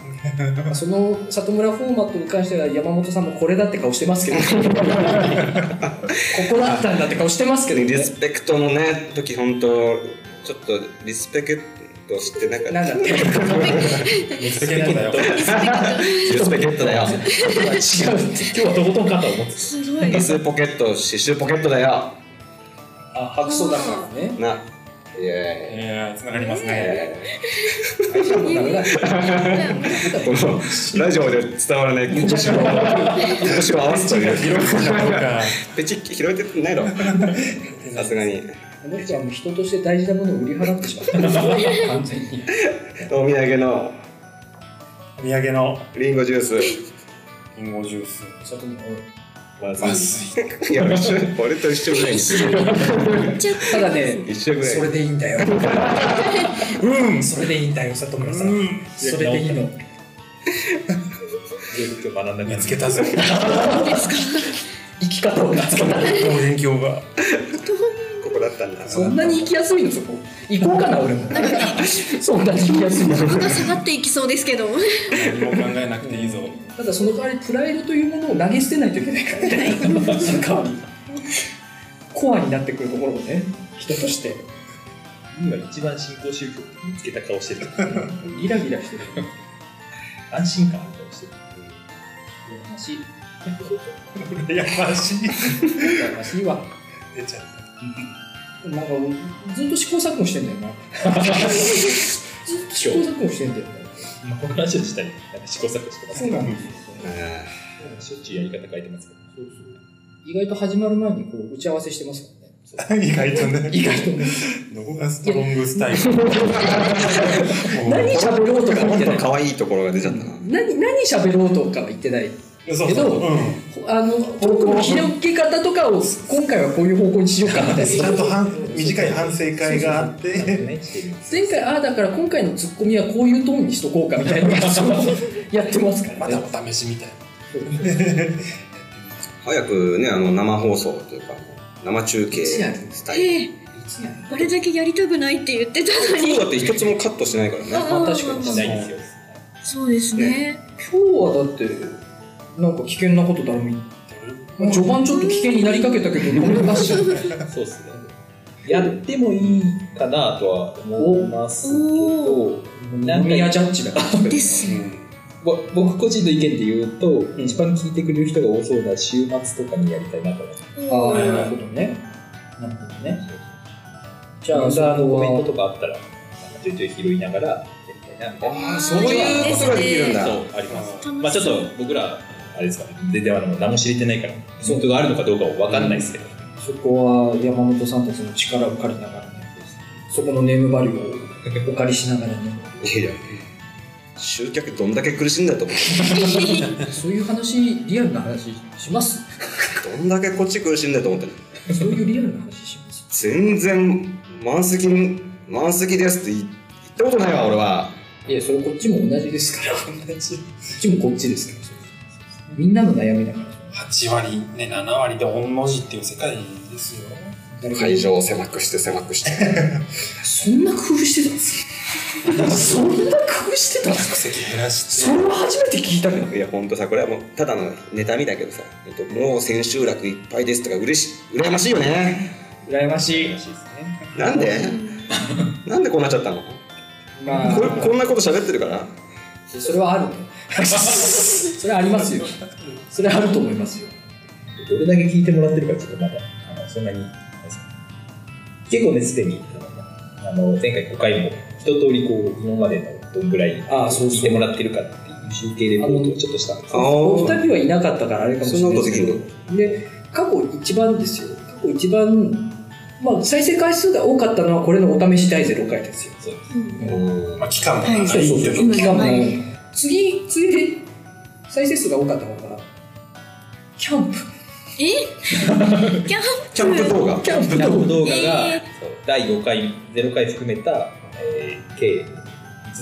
S5: その里村フォーマットに関しては山本さんもこれだって顔してますけどここだったんだって顔してますけど
S3: リ
S5: ね
S3: スペクトのね、時本当ちょっとリスペクトしてなんか、
S5: なんだって違う
S4: 見つけなんだよ。
S3: リスペクトだよ。
S5: って今日は
S1: とことん肩を持つ
S6: すごい
S3: リスポケット、刺繍ポケットだよ。
S5: あ白装だからね
S3: な。いやい
S4: えー、つながります
S3: やい
S4: ね。
S3: や
S5: もうダメだ
S3: このラジオで伝わ らない腰を腰を合わすという
S4: 広くなるか。
S3: ペチッキ拾えてないのさすがに
S5: この人はもう人として大事なものを売り払ってしまった完全に
S3: お土産の
S4: お土産の
S3: リンゴジュ ース
S4: リンゴジュース。
S5: 里村
S3: まずいいや一緒俺と一緒ぐらいに
S5: ただね
S3: 一緒ぐらい
S5: それでいいんだよ
S4: うん。
S5: それでいいんだよ里村さん
S4: ん。
S5: それでいいの
S1: 今日学んだ
S4: 見つけたぜ。
S5: 生き方を見つけた
S4: 望遠鏡が。
S3: ここだったんだ
S5: そんなに行きやすいのそこ行こうかな俺も そんなに行きやすいの
S6: また下がっていきそうですけど
S4: 何も考えなくていいぞ。
S5: ただその代わりプライドというものを投げ捨てないといけないからねその代わりコアになってくるところもね人として
S1: 今一番信仰宗教を見つけた顔してる
S5: ギラギラしてる いや
S1: 安心感ある顔してる
S5: ましい
S4: やばしい。
S5: やましいわ
S4: 出ちゃっ
S5: なんかずっと試行錯誤してんだよな ずっと試行錯誤してんだよな
S1: まあこの話をしたりなんか試行錯誤してます
S5: そう
S1: けど
S5: なん
S1: し
S5: ですよ
S1: ょっちゅうやり方変えてますけど
S5: そうそう意外と始まる前にこう打ち合わせしてますからね
S4: た。意外とね。
S5: 意外とね
S4: どこがストロングスタイル。
S5: 何喋ろうとか言ってない
S3: 可愛いところが出ちゃったな
S5: 何何喋ろうとかは言ってない
S4: そう
S5: け
S4: そう。
S5: ど
S4: うん。
S5: あのトークの広げ方とかを今回はこういう方向にしようかなって
S4: ちゃんと反短い反省会があって。
S1: ねしてる
S5: 前回ああだから今回のツッコミはこういうトーンにしとこうかみたいなのをやってますから
S4: ま
S5: ね
S4: だお試しみたいな。
S3: 早くねあの生放送というか生中継スタイル
S6: ええあれだけやりたくないって言ってたの
S3: 今日
S6: に
S3: だって一つもカットしてないからね
S5: まあ確かに
S1: しないんですよ
S6: そうですね
S5: 今日はだってなんか危険なことだろみ序盤ちょっと危険になりかけたけどなんとかし
S1: そうですねやってもいいかなとは思いますけどなんか
S5: 宮ジャッジだから
S6: ですね
S1: ぼ僕個人の意見で言うと、一番聞いてくれる人が多そうな週末とかにやりたいなと思って
S5: ああ
S6: うん
S5: なるほどねなるほどねじゃ
S1: ま
S5: あそこ
S1: たあのコメント
S5: は
S1: とかあったらなんかちょいちょい拾いながらやりたいなみたいな
S3: ああそういうことができるんだ
S1: そうあります
S6: 楽しそう
S1: まあちょっと僕らあれですかね全然あの何も知れてないから本当があるのかどうかは分かんないですけど、
S5: そこは山本さんたちの力を借りながらねそこのネームバリュ ーをお借りしながらね
S3: いやいや集客どんだけ苦しいんだと思
S5: そういう話リアルな話します
S3: ってどんだけこっち苦しいんだと思って
S5: そういうリアルな話します
S3: 全然満席に満席ですって言ったことないわ俺はい
S5: や、それこっちも同じですから。同じ。こっちもこっちですから。みんなの悩みだから。
S4: 8割、ね、7割で御の字っていう世界ですよ。
S3: 会場を狭くして狭くして
S5: そんな工夫してたんですかそんな工夫してたんですか
S4: 席減らして。
S5: それは初めて聞いたけど。
S3: いやほんとさこれはもうただの妬みだけどさほんともう千秋楽いっぱいですとかうれし羨ましいよね
S5: 羨ましい。
S3: なんでなんでこうなっちゃったの
S5: まあ、
S3: これこんなこと喋ってるから
S5: それはあるね。 それはありますよ。それはあると思いますよ。
S1: どれだけ聞いてもらってるかちょっとまだあのそんなにあれです結構ねすでにあのあの前回5回も一通りこう今までのどんぐらい
S5: ああそうそ
S1: 聞
S5: う
S1: いてもらってるかっていう
S7: 集計レポートをちょっとしたんです
S3: あ
S5: お
S3: ー
S5: 二人はいなかったからあれかもし
S3: そ
S5: れ
S3: ん
S5: な
S3: な
S5: です
S3: いことで
S5: け
S3: き
S5: ど
S3: るの
S5: で過去一番ですよ過去一番、まあ、再生回数が多かったのはこれのお試し第06回ですよ
S6: うん
S9: まあ、期間も
S6: はい
S9: 長いっていうの
S6: 今
S5: 期間も
S6: はい
S5: 次次で再生数が多かったのがキャンプ
S6: えキャンプ
S3: キャンプ動画
S5: キャンプ
S1: キャンプ動画
S6: え
S1: がそう第5回、0回含めた、えー計5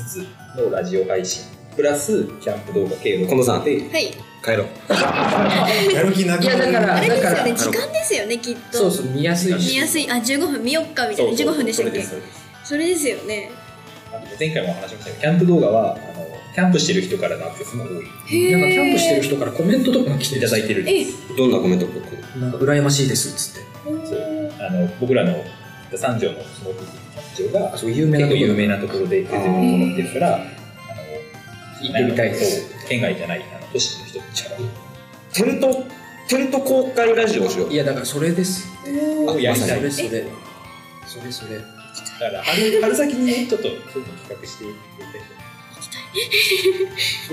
S1: つのラジオ配信、プラスキャンプ動画計
S3: 近藤さん
S1: で
S6: はい
S3: 帰ろう
S9: やる気なくなる
S6: あれですよね
S5: ら
S6: 時間ですよねきっと
S5: そうそう見やすい
S6: 見
S5: し
S6: やすいあ15分見よっかみたいな15分でし
S1: そ
S6: た
S1: れ
S6: っ
S1: で
S6: け
S1: すそれです
S6: それですよね
S1: あの前回もお話しましたけどキャンプ動画はあのキャンプしてる人からのアクセスも多い
S6: へ
S5: なんかキャンプしてる
S6: 人
S5: 人からコメントとかが来て
S1: いただいてるんで
S6: え
S1: す
S3: どんなコメント来る
S5: なんか羨ましいですっつって
S1: あの僕らの三条のスノーピークキャンプ場が
S5: あそう有名な
S1: 結
S5: と
S1: 構
S5: こ
S1: 有名なところで全然ものってるからあの
S5: 行ってみたいです
S1: そう県外じゃないあの都市の人たちから
S3: テントテント公開ラジオをしよう
S5: いやだからそれです
S1: をやりたい
S5: それそれそれそれ
S1: だから春春先にねちょっとそういうの企画してやり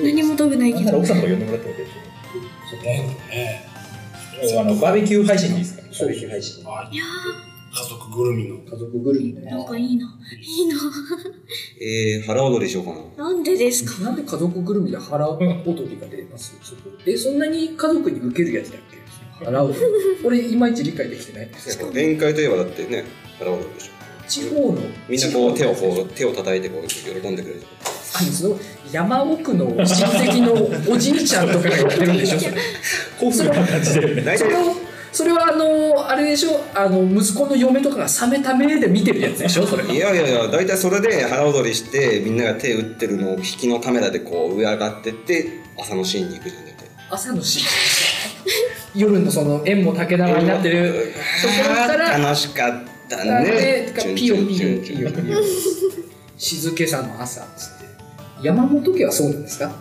S1: たい
S6: 何も遠くない
S1: な
S6: け
S1: んなら
S6: ど
S1: 奥さんとか呼んでもらっても別
S9: ね
S1: にあのバーベキュー配信でいいですかバ
S5: そう
S1: ーベキュー配信
S9: はい
S6: や
S9: 家族ぐるみの
S5: 家族ぐるみで
S6: ーなんかいいないいな
S3: えー、腹踊りしようかな
S6: なんでですか
S5: なんで家族ぐるみで腹踊りが出ますそこえそんなに家族に受けるやつだっけ腹踊り俺いまいち理解できてない
S3: 宴会といえばだってね腹踊りでしょ
S5: 地方の
S3: みんなこう手をこう手を叩いてこう喜んで くれる
S5: あのその山奥の親戚のおじいちゃんとかがやってるんでしょそれ
S9: コフな感じで
S3: 大
S5: それ
S3: 体
S5: をそれはあのあれでしょあの息子の嫁とかが冷めた目で見てるやつでしょそれ
S3: いやいやいや大体それで腹踊りしてみんなが手打ってるのを引きのカメラでこう上上がってって朝のシーンに行くじゃんだって
S5: 朝のシーン夜のその縁も竹長になってるそこから
S3: あー楽しかった
S5: なんで
S3: ね
S5: かピヨピヨピヨピヨ静けさの朝っつって山本家はそうなんですか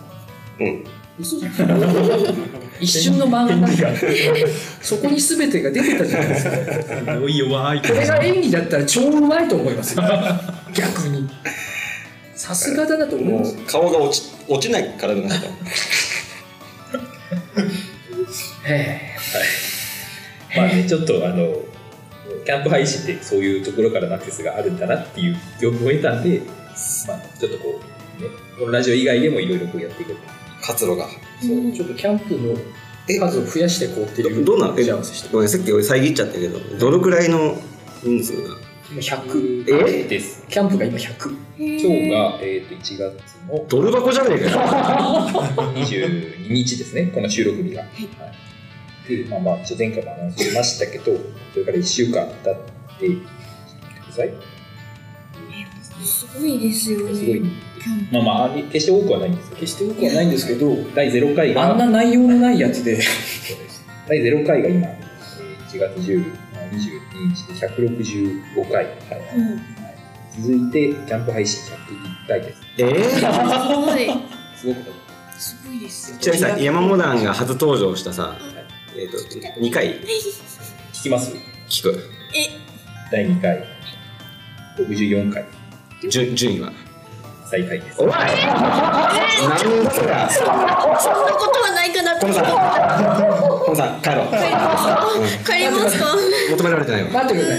S3: うん
S5: 嘘じゃん一瞬の漫画そこに全てが出てたじゃないですか
S9: すごい弱い
S5: これが演技だったら超うまいと思いますよ逆にさすがだなと思い
S3: も
S5: ま
S3: う
S5: す
S3: 顔が落ち落ちない体になった
S5: え
S1: まあね、ちょっとあのキャンプ配信ってそういうところからのアクセスがあるんだなっていう業務を得たんで、まあ、ちょっとこう、ね、このラジオ以外でもいろいろこうやっていこう
S3: 活路が
S5: えそうちょっとキャンプの
S3: え
S5: 数を増やしていこうっていう
S3: どどうなのえ
S5: 打ち合わせして
S3: ごめんさっき俺遮っちゃったけどどのくらいの人数が
S5: 今100
S3: え
S1: です
S5: キャンプが今100
S1: 今
S6: 今
S1: 日が、えー、と1月の
S3: ドル箱じゃねえかよ
S1: 22日ですねこの収録日が、はいで、まあ、まあちょっと前回も話しましたけどそれから1週間経ってください
S6: すごいですよね
S1: すごい
S6: キャン
S1: まあまあ決して多くはないんですけど
S5: 決して多くはないんですけど
S1: 第0回
S5: あん
S1: が
S5: な内容のないやつで
S1: 第0回が今えー1月10 22日で165回、はい
S6: プうん
S1: 続いてキャンプ配信101回です。
S3: えー
S6: すごい
S1: すごく
S6: すごいですよ
S3: ちなみにさ山モダンが初登場したさえっ、と2回
S1: 聞きます
S3: 聞く
S1: 第2回、64回、
S3: 順順位は
S1: 最下位です。
S3: おい何だそりゃ
S6: そんなことはないかな
S3: このさこのさ帰ろう
S6: 帰りますか
S3: 求められてないわ
S5: 待ってください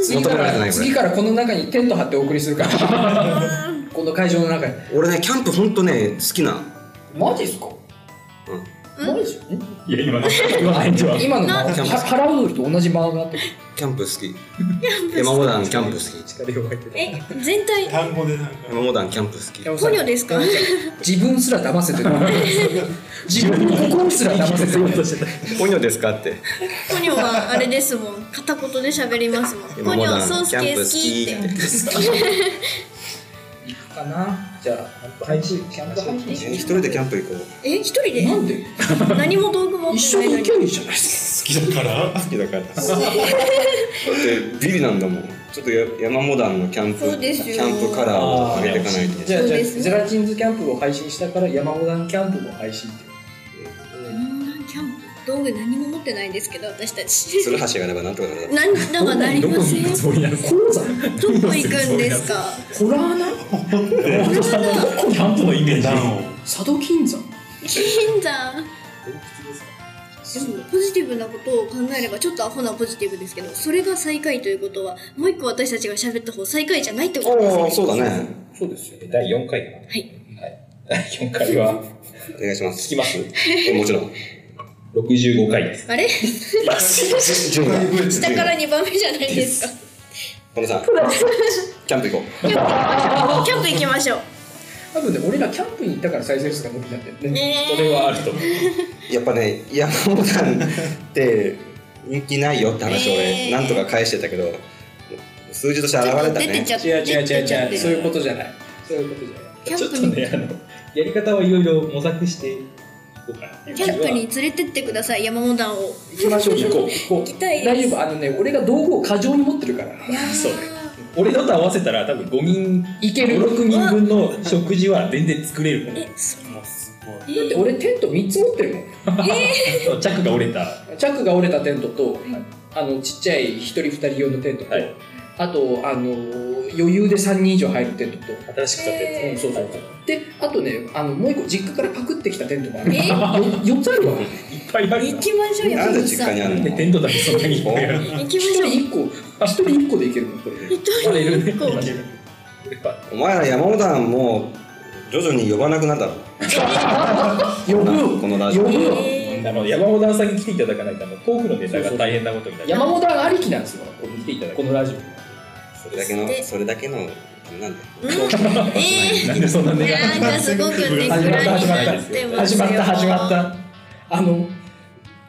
S5: 次か
S3: 求められてないこ
S5: ら
S3: れ
S5: 次からこの中にテント張ってお送りするから この会場の中に
S3: 俺ねキャンプほんとね好きな
S5: マジっすか
S6: ん
S5: マジん
S9: いや今の今の返事は
S5: 今の間
S6: な
S5: は腹踊りと同じ間があって
S3: キャンプ好き山モダンキャンプ好き
S6: え全体
S9: 単語でなんか
S3: 山モダンキャンプ好
S6: ポニョですか
S5: 自分すら騙せ てる自分の心すら騙せてる
S3: きポニョですかって
S6: ポニョはあれですもん片言で喋りますもんポ
S3: 山
S6: ニ
S3: モ
S6: ョ
S3: ダ
S6: ソー
S3: ン
S6: ス
S3: キャン
S6: ケ
S3: プ
S6: 好きって
S3: 好きって
S5: かなじゃあ配信キャンプ配信
S3: 一人でキャンプ行こう
S6: え一人で
S5: なんで
S6: 何も道具持っ
S5: 一
S6: て
S5: 緒
S6: ない
S5: に
S6: の
S5: 行
S6: に
S5: けばいいじゃないで
S9: 好
S5: す
S9: きだから
S3: 好きだからだってビリなんだもんちょっとや山モダンのキャンプ
S6: そうですよ
S3: キャンプカラーを上げていかない
S5: か
S3: と
S5: じゃあ
S6: そう
S5: じゃあ
S6: ですね
S5: ゼラチンズキャンプを配信したから山モダンキャンプも配信って
S6: うんキャンプ道具何も持ってないですけど私たち
S3: 鶴橋があればなんとかなるだろう
S6: なんだかなりませんど
S9: そうや
S5: 鉱山
S6: こ行くんですか
S5: ホラーな
S9: キャンプのイメージダウンを
S5: 佐渡金山
S6: 金山でもポジティブなことを考えればちょっとアホなポジティブですけどそれが最下位ということはもう一個私たちが喋った方最下位じゃないってことです
S3: おお
S6: ね
S3: そうだね
S11: そうですよね。
S7: 第4回かな。
S6: はい。
S7: 第4回は、
S3: お願いしま
S7: 聞
S3: す
S7: きます
S3: えもちろん
S7: 65回です。
S6: あれ
S3: 順位は
S6: 下から2番目じゃないですか
S3: このさんキャンプ行こう
S6: キャンプ行きましょう
S5: 多分ね俺らキャンプに行ったから再生数が伸びたんだよね
S6: ね
S7: それはあると思う。
S3: やっぱね山本さんって人気ないよって話をね
S6: えー
S3: なんとか返してたけど数字として
S6: ち
S3: 現
S6: ょっ
S3: れ
S6: と
S3: た
S6: 出て
S3: ね
S6: ちゃって
S7: 違う違う違う違う
S6: 出てち
S5: そう
S6: ゃって
S5: いうことじゃないそういうことじゃない
S6: キャ
S7: ちょ
S6: ン
S7: っ
S6: プ
S7: と
S6: に
S7: ね、あの、やり方はいろいろ模索していこうかなっていう
S6: キャンプに連れてってください山本団を
S5: 行きましょう行こう行こう
S6: 行きたいです
S5: 大丈夫あのね俺が道具を過剰に持ってるから
S6: いやー
S7: そうね俺のと合わせたら多分5人、
S5: いけ
S7: 5、
S5: る
S7: 6人分の食事は全然作れると思う
S6: えそ
S9: もうすごい。
S6: え
S5: だって俺テント3つ持ってるもん
S7: チャックが折れた。
S5: チャックが折れたテントと、あのちっちゃい1人2人用のテントと、
S7: はい
S5: あとあの余裕で3人以上入るテントと、
S7: 新しく買ったや
S5: うん、そうそうそうであとねあのもう一個実家からパクってきたテントがある
S6: え
S5: 4つあるわ
S7: つ。いっぱいある
S6: 行きましょう
S3: な
S6: 山
S3: んで
S6: 本
S3: 実
S6: さ
S3: 家
S6: ん
S3: にある
S7: な。で、
S3: の
S7: テントだけそんなにいっぱいある。
S6: 行きま
S5: 1
S6: し
S5: 人
S6: ょう
S5: 1個1人1個でいけるのこれで
S6: 一人一個
S3: お前ら山本さんもう徐々に呼ばなくなるだろ
S5: 呼
S3: この
S5: ぶ
S3: ラジオ
S5: 呼ぶよ
S6: え
S7: あの山本さんに来ていただかないとあのトークのネタが大変なことになる
S5: 山本ありきなんですよこの
S7: 来ていただく
S5: このラジオ
S3: それだけのそれだけのなんだよ
S6: ーうんえ
S7: なんでそんな願い
S6: ーなんかすごくね暗に
S7: 始まった始まった
S6: なってま
S5: 始
S6: すよ
S5: まった始まったあの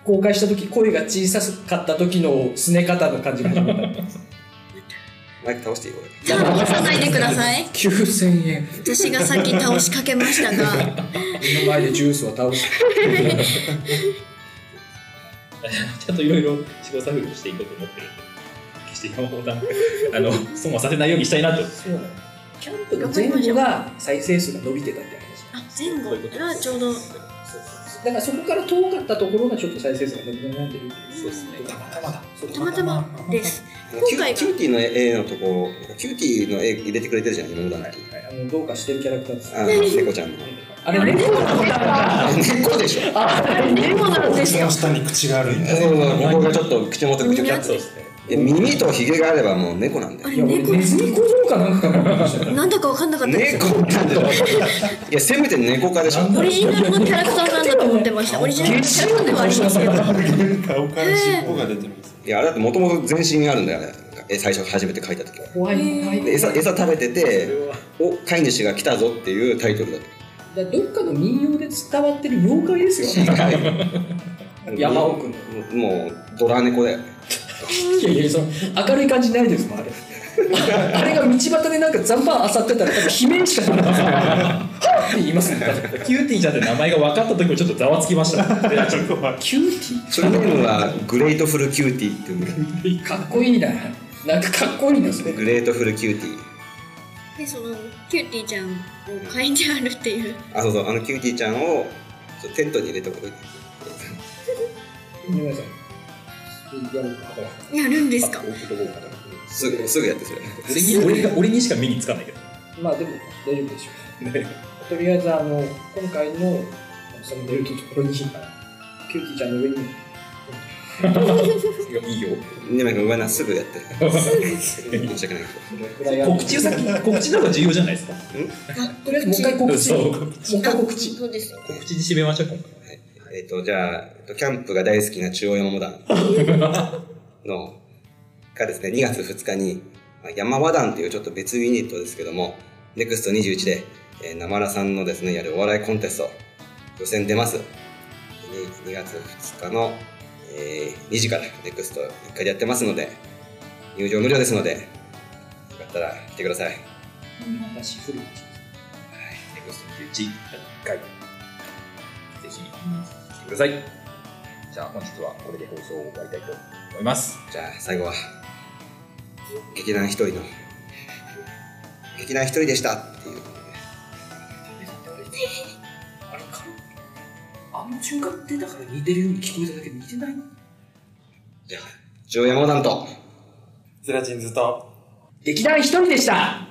S5: 公開した時声が小さかった時のすね方の感じが始まった
S3: マイク倒していいこれ
S6: じゃあ押さないでくだ さい
S5: 9000円
S6: 私がさっき倒しかけましたが
S5: 目の前でジュースを 倒して
S7: ちゃんといろいろ試行錯誤していこうと思ってるんで決して山本さんあ の損はさせないようにしたいなと
S5: そうなのキャンプの 前後が再生数が伸びてたって話
S6: あ前後がちょうど
S5: だからそこから遠かったところがちょっと再生数が伸び悩んでるそうですねたまたまだ
S6: たまたまです
S3: キ
S6: 今
S3: ュ
S6: 回
S3: ーキューティーの A のとこキューティーの A 入れてくれてるじゃん山本さんって
S5: あのどうかしてるキャラクターです
S3: あー猫ちゃんの
S5: あれ猫のことだ
S3: 猫でしょ
S6: 猫なんです
S9: 口
S6: よ
S9: の下に口があるんだ
S3: そうそう
S9: よ。
S3: そうここがちょっと口元ぐちゃぐちゃっとで耳とひげがあればもう猫なんだ
S6: あ
S3: よ
S5: い
S6: れ
S5: や俺
S6: 猫
S5: ネズミ小僧かなんかかなと思いました
S6: なんだかわかんなかったです
S3: 猫なんだよいやせめて猫科でしょ
S6: オリジナルのキャラクターなんだと思ってましたオリジナルのキャラクターではありますけど
S9: 顔から尻尾が出てるんですよ。
S3: いやあれだってもともと全身あるんだよねえ最初初めて書いた時は
S5: 怖いな怖いな
S3: で餌餌食べててお飼い主が来たぞっていうタイトルだっ
S5: だからどっかの民謡で伝わってる妖怪ですよ
S3: た
S5: 山奥の
S3: もうドラ猫だよ
S5: いやいやその明るい感じないですもん あれあれが道端でなんか残飯あさってたら多分悲鳴しか出ないですよはっ って言いますね多分
S7: キューティーちゃんって名前が分かった時もちょっとざわつき ましたでちょっと
S5: キュー
S3: それネームはグレートフルキューティーっていう
S5: ティーかっこいいななんかかっこいいなそれ
S3: グレートフルキューティー
S6: でそのキューティーちゃんを飼いにあるっていう
S3: あそうそうあのキューティーちゃんをちょっとテントに入れておいて
S5: ごめんなさいやろうか
S6: やるんですか
S3: すぐすぐやってそれ
S7: 次俺が俺にしか目につかないけど
S5: まあでも大丈夫でしょう、とりあえずあの今回のそのベルトのところにキューティーちゃんの上に
S7: いいよ
S3: でなんかごめんなすぐやってる申し訳ない
S5: フライヤー
S7: 告知を先に告知の方が重要じゃないですか
S5: とりあえずもう一回告知
S7: そ
S5: も
S7: う
S5: う一回告知
S6: そうです
S7: 告知に締めましょう今回
S3: えっ、とじゃあえっとキャンプが大好きな中央山モダンのがですね2月2日にまあ山和団っていうちょっと別ユニットですけども NEXT21 で、えー、生らさんのですねやるお笑いコンテスト予選出ます 2, 月2日の、えー2時から NEXT1 回でやってますので入場無料ですのでよかったら来てください
S5: 私古い
S7: ネクスト11回ぜひ来てくださいじゃあ本日はこれで放送を終わりたいと思います
S3: じゃあ最後は劇団一人の劇団一人でしたっていう
S5: あれかあの瞬間ってだから似てるように聞こえただけど似てない
S3: じゃあ中央山モダンと
S9: ゼラチンズと。
S5: 劇団一人でした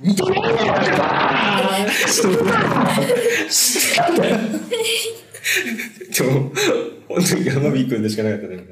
S5: 似てないだろ、ちょっとなんだよ
S12: 今日、本当に山火君でしかなかったね。